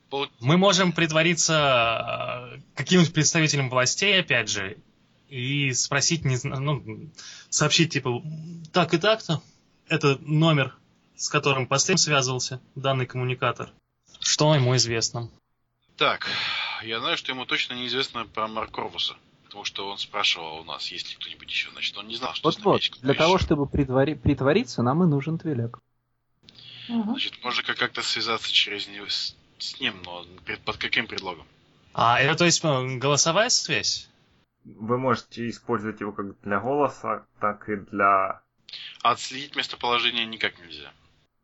S2: Пол-
S6: Мы можем притвориться э, каким-нибудь представителем властей, опять же, и спросить, не зна- ну, сообщить, типа, так и так-то, это номер, с которым последним связывался данный коммуникатор. Что ему известно?
S2: Так, я знаю, что ему точно неизвестно про Маркорвуса. Потому что он спрашивал у нас, есть ли кто-нибудь еще. Значит, он не знал, что с нами
S4: Вот-вот,
S2: есть кто-то
S4: для того,
S2: еще.
S4: чтобы притвори- притвориться, нам и нужен Твилек.
S5: Мгм.
S2: Значит, можно как- как-то связаться через него с, с ним, но пред- под каким предлогом?
S6: А, это то есть э, голосовая связь?
S1: Вы можете использовать его как для голоса, так и для...
S2: А отследить местоположение никак нельзя.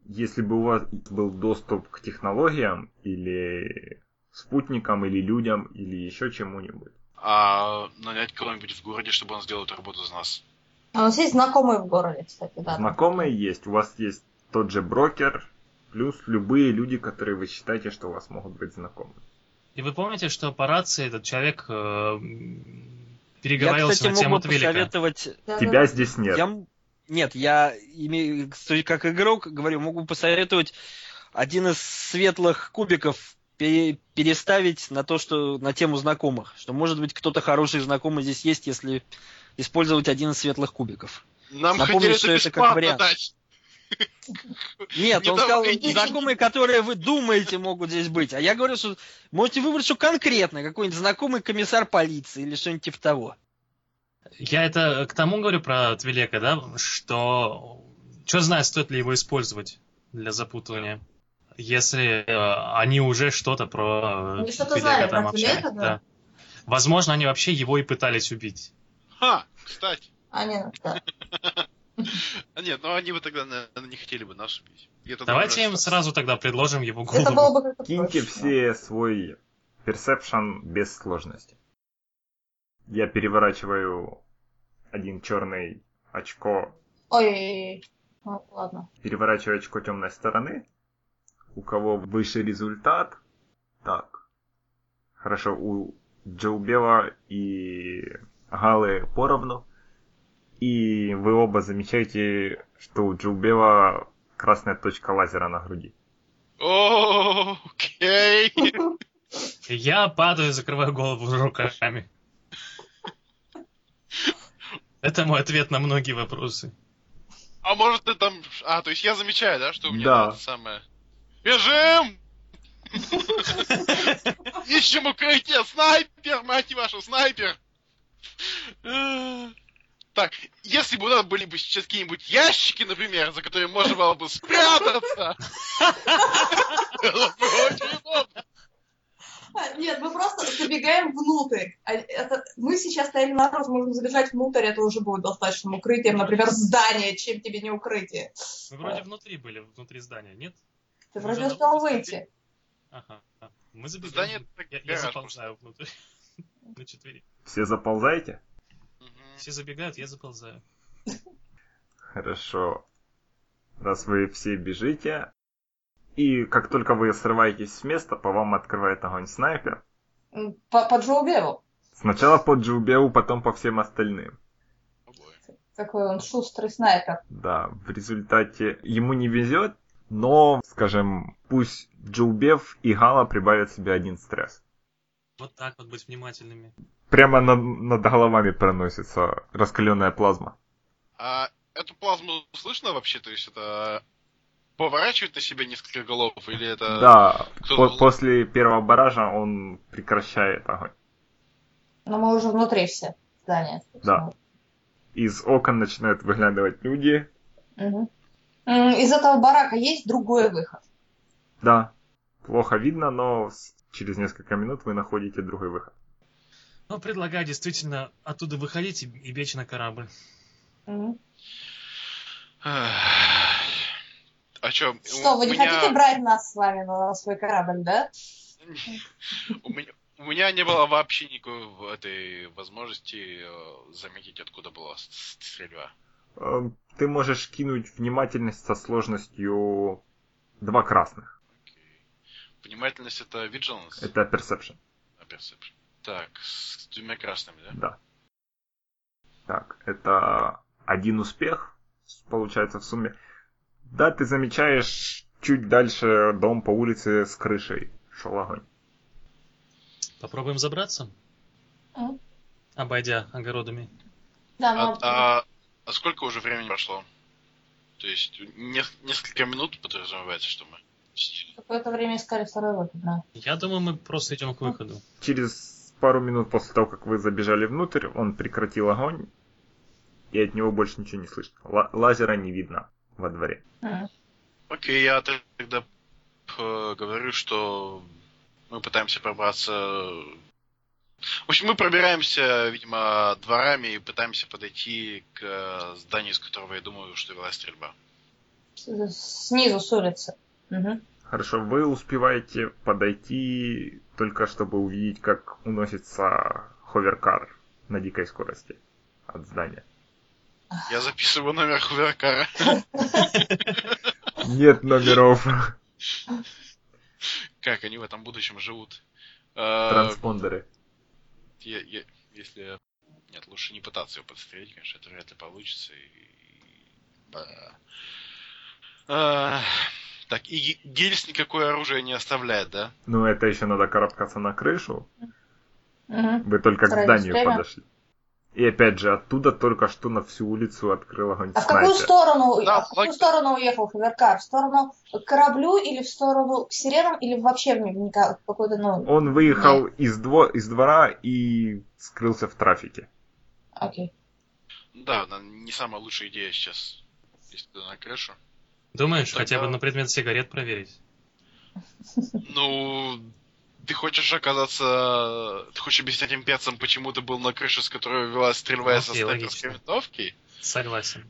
S1: Если бы у вас был доступ к технологиям или спутникам, или людям, или еще чему-нибудь.
S2: А нанять кого-нибудь в городе, чтобы он сделал эту работу за нас.
S5: А у нас есть знакомые в городе, кстати, да.
S1: Знакомые есть, у вас есть тот же брокер, плюс любые люди, которые вы считаете, что у вас могут быть знакомы.
S6: И вы помните, что по рации этот человек э, м,
S3: Я,
S6: переговорился
S3: кстати, мог
S6: на тему
S3: бы
S6: Твилика?
S3: посоветовать...
S5: Да, да,
S1: Тебя
S5: да.
S1: здесь нет.
S3: Я, м- Нет, я имею, как игрок, говорю, могу посоветовать один из светлых кубиков пере- переставить на то, что на тему знакомых. Что может быть кто-то хороший знакомый здесь есть, если использовать один из светлых кубиков.
S2: Нам
S3: Напомню,
S2: хотели
S3: что
S2: это
S3: это как
S2: бесплатно
S3: вариант.
S2: дать.
S3: Нет,
S2: Не
S3: он сказал, ну,
S2: давай.
S3: знакомые, которые вы думаете могут здесь быть. А я говорю, что можете выбрать что конкретно, какой-нибудь знакомый комиссар полиции или что-нибудь типа того.
S6: Я это к тому говорю про Твилека, да, что что знает, стоит ли его использовать для запутывания, если э, они уже что-то про э,
S5: Они что-то
S6: Твилека
S5: знали про
S6: там общались,
S5: Твилека, да.
S6: Возможно, они вообще его и пытались убить.
S2: Ха, кстати.
S5: А, нет, да.
S2: А нет, ну они бы тогда, наверное, не хотели бы нас убить. И это
S6: Давайте
S2: добрая
S6: им
S2: штука.
S6: сразу тогда предложим его голову.
S5: Это было бы как-то
S1: Киньте
S5: проще.
S1: все свой персепшн без сложности. Я переворачиваю один черный очко,
S5: Ой, ну, ладно.
S1: переворачиваю очко темной стороны. У кого выше результат? Так. Хорошо, у Джоубева и Галы поровну. И вы оба замечаете, что у Джоубева красная точка лазера на груди.
S2: О, Окей.
S6: Я падаю и закрываю голову руками. Это мой ответ на многие вопросы.
S2: А может ты там... А, то есть я замечаю, да, что у меня
S1: Да.
S2: это самое... Бежим! Ищем укрытие! Снайпер, мать вашу, снайпер! Так, если бы у нас были бы сейчас какие-нибудь ящики, например, за которые можно было бы спрятаться, было бы очень удобно.
S5: А, Нет, мы просто забегаем внутрь. А это- мы сейчас стояли наоборот, можем забежать внутрь, это уже будет достаточным укрытием, например, здание, чем тебе не укрытие.
S6: Мы Ну, вроде внутри были, внутри здания, нет?
S5: Ты
S6: Ну,
S5: вроде
S6: надо
S5: успел
S6: просто
S5: выйти.
S6: Ага. Мы забегаем.
S2: Здание это
S6: Я, я
S2: гараж
S6: заползаю внутрь. На четыре.
S1: Все заползаете?
S2: Мгм.
S6: Все забегают, я заползаю.
S1: Хорошо. Раз вы все бежите, и как только вы срываетесь с места, по вам открывает огонь снайпер.
S5: М, По, по Джоу Беву.
S1: Сначала по Джубеу, потом по всем остальным.
S2: Обои.
S5: Какой он шустрый снайпер.
S1: Да, в результате ему не везет, но, скажем, пусть Джубев и Гала прибавят себе один стресс.
S6: Вот так вот быть внимательными.
S1: Прямо над, над головами проносится раскаленная плазма.
S2: А эту плазму слышно вообще? То есть это поворачивает на себя несколько голов или это...
S1: да,
S2: Э, кто-
S1: по- после первого баража он прекращает огонь.
S5: Но мы уже внутри все здания.
S1: Да. Из окон начинают выглядывать люди.
S5: Мгм. М, Из этого барака есть другой выход.
S1: Да, плохо видно, но с- через несколько минут вы находите другой выход.
S6: Но Ну, предлагаю действительно оттуда выходить и, и бечь на корабль.
S2: Ну,
S5: Мгм.
S2: А чё,
S5: Что,
S2: у
S5: вы не
S2: меня-
S5: хотите брать нас с вами на свой корабль, да?
S2: У меня, у меня не было вообще никакой в этой возможности э, заметить, откуда была с- с- стрельба.
S1: Эм, Ты можешь кинуть внимательность со сложностью два красных.
S2: Окей. Внимательность это vigilance,
S1: Это perception,
S2: а perception. Так, с, с двумя красными, да?
S1: да. Так, это один успех, получается в сумме. Да, ты замечаешь чуть дальше дом по улице с крышей. Шел огонь.
S6: Попробуем забраться?
S5: Мгм.
S6: Обойдя огородами.
S5: Да,
S2: А,
S5: но-
S2: а- а сколько уже времени прошло? То есть нес- несколько минут подразумевается, что мы сидели.
S5: Какое-то время искали второй выход, да.
S6: Я думаю, мы просто идем к выходу.
S1: Через пару минут после того, как вы забежали внутрь, он прекратил огонь, и от него больше ничего не слышно. Ла- лазера не видно во дворе.
S5: Мгм.
S2: Окей, я т- тогда п- говорю, что мы пытаемся пробраться. В общем, мы пробираемся, видимо, дворами и пытаемся подойти к э, зданию, из которого я думаю, что велась стрельба.
S5: С- Снизу, с улицы. Мгм.
S1: Хорошо, вы успеваете подойти только чтобы увидеть, как уносится ховеркар на дикой скорости от здания.
S2: Я записываю номер хуверкара.
S1: Нет номеров.
S2: Как они в этом будущем живут? Э,
S1: Транспондеры.
S2: я- я- Если... Нет, лучше не пытаться его подстрелить, конечно, это вряд ли получится. и- А, Так, и ги- гильз никакое оружие не оставляет, да?
S1: Ну, это еще надо карабкаться на крышу.
S5: Мгм.
S1: Вы только к
S5: Правильно,
S1: зданию
S5: правильно.
S1: подошли. И опять же, оттуда только что на всю улицу открыл огонь
S5: А в какую
S1: снайпер.
S5: сторону,
S2: Да,
S5: а в какую
S2: логично.
S5: сторону уехал Хаверкар? В сторону к кораблю или в сторону к сиренам, или вообще в ника- в какую-то, ну,
S1: Он выехал из, дво- из двора и скрылся в трафике.
S5: окей.
S2: Да, да, не самая лучшая идея сейчас. Если ты на крышу.
S6: Думаешь,
S2: Тогда-
S6: хотя бы на предмет сигарет проверить?
S2: Ну, ты хочешь оказаться... Ты хочешь объяснять им перцам, почему ты был на крыше, с которой велась стрельба со
S6: Ну, Окей,
S2: снайперской
S6: логично.
S2: винтовки?
S6: Согласен.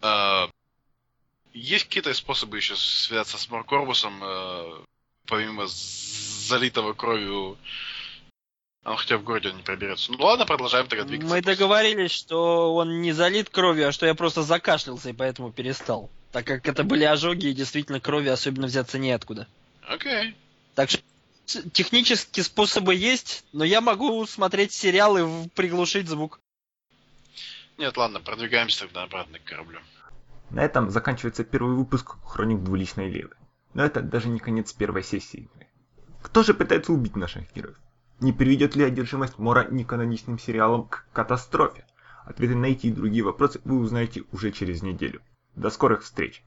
S2: А, Есть какие-то способы еще связаться с Маркорбусом, э, помимо з- залитого кровью... А, ну, хотя в городе он не проберется. Ну ладно, продолжаем тогда двигаться.
S3: Мы договорились, что он не залит кровью, а что я просто закашлялся и поэтому перестал. Так как это были ожоги, и действительно крови особенно взяться неоткуда.
S2: Окей.
S3: Так что с- технические способы есть, но я могу смотреть сериалы и в- приглушить звук.
S2: Нет, ладно, продвигаемся тогда обратно к кораблю.
S1: На этом заканчивается первый выпуск «Хроник двуличной Лилы». Но это даже не конец первой сессии игры. Кто же пытается убить наших героев? Не приведет ли одержимость Мора неканоничным сериалом к катастрофе? Ответы на эти и другие вопросы вы узнаете уже через неделю. До скорых встреч!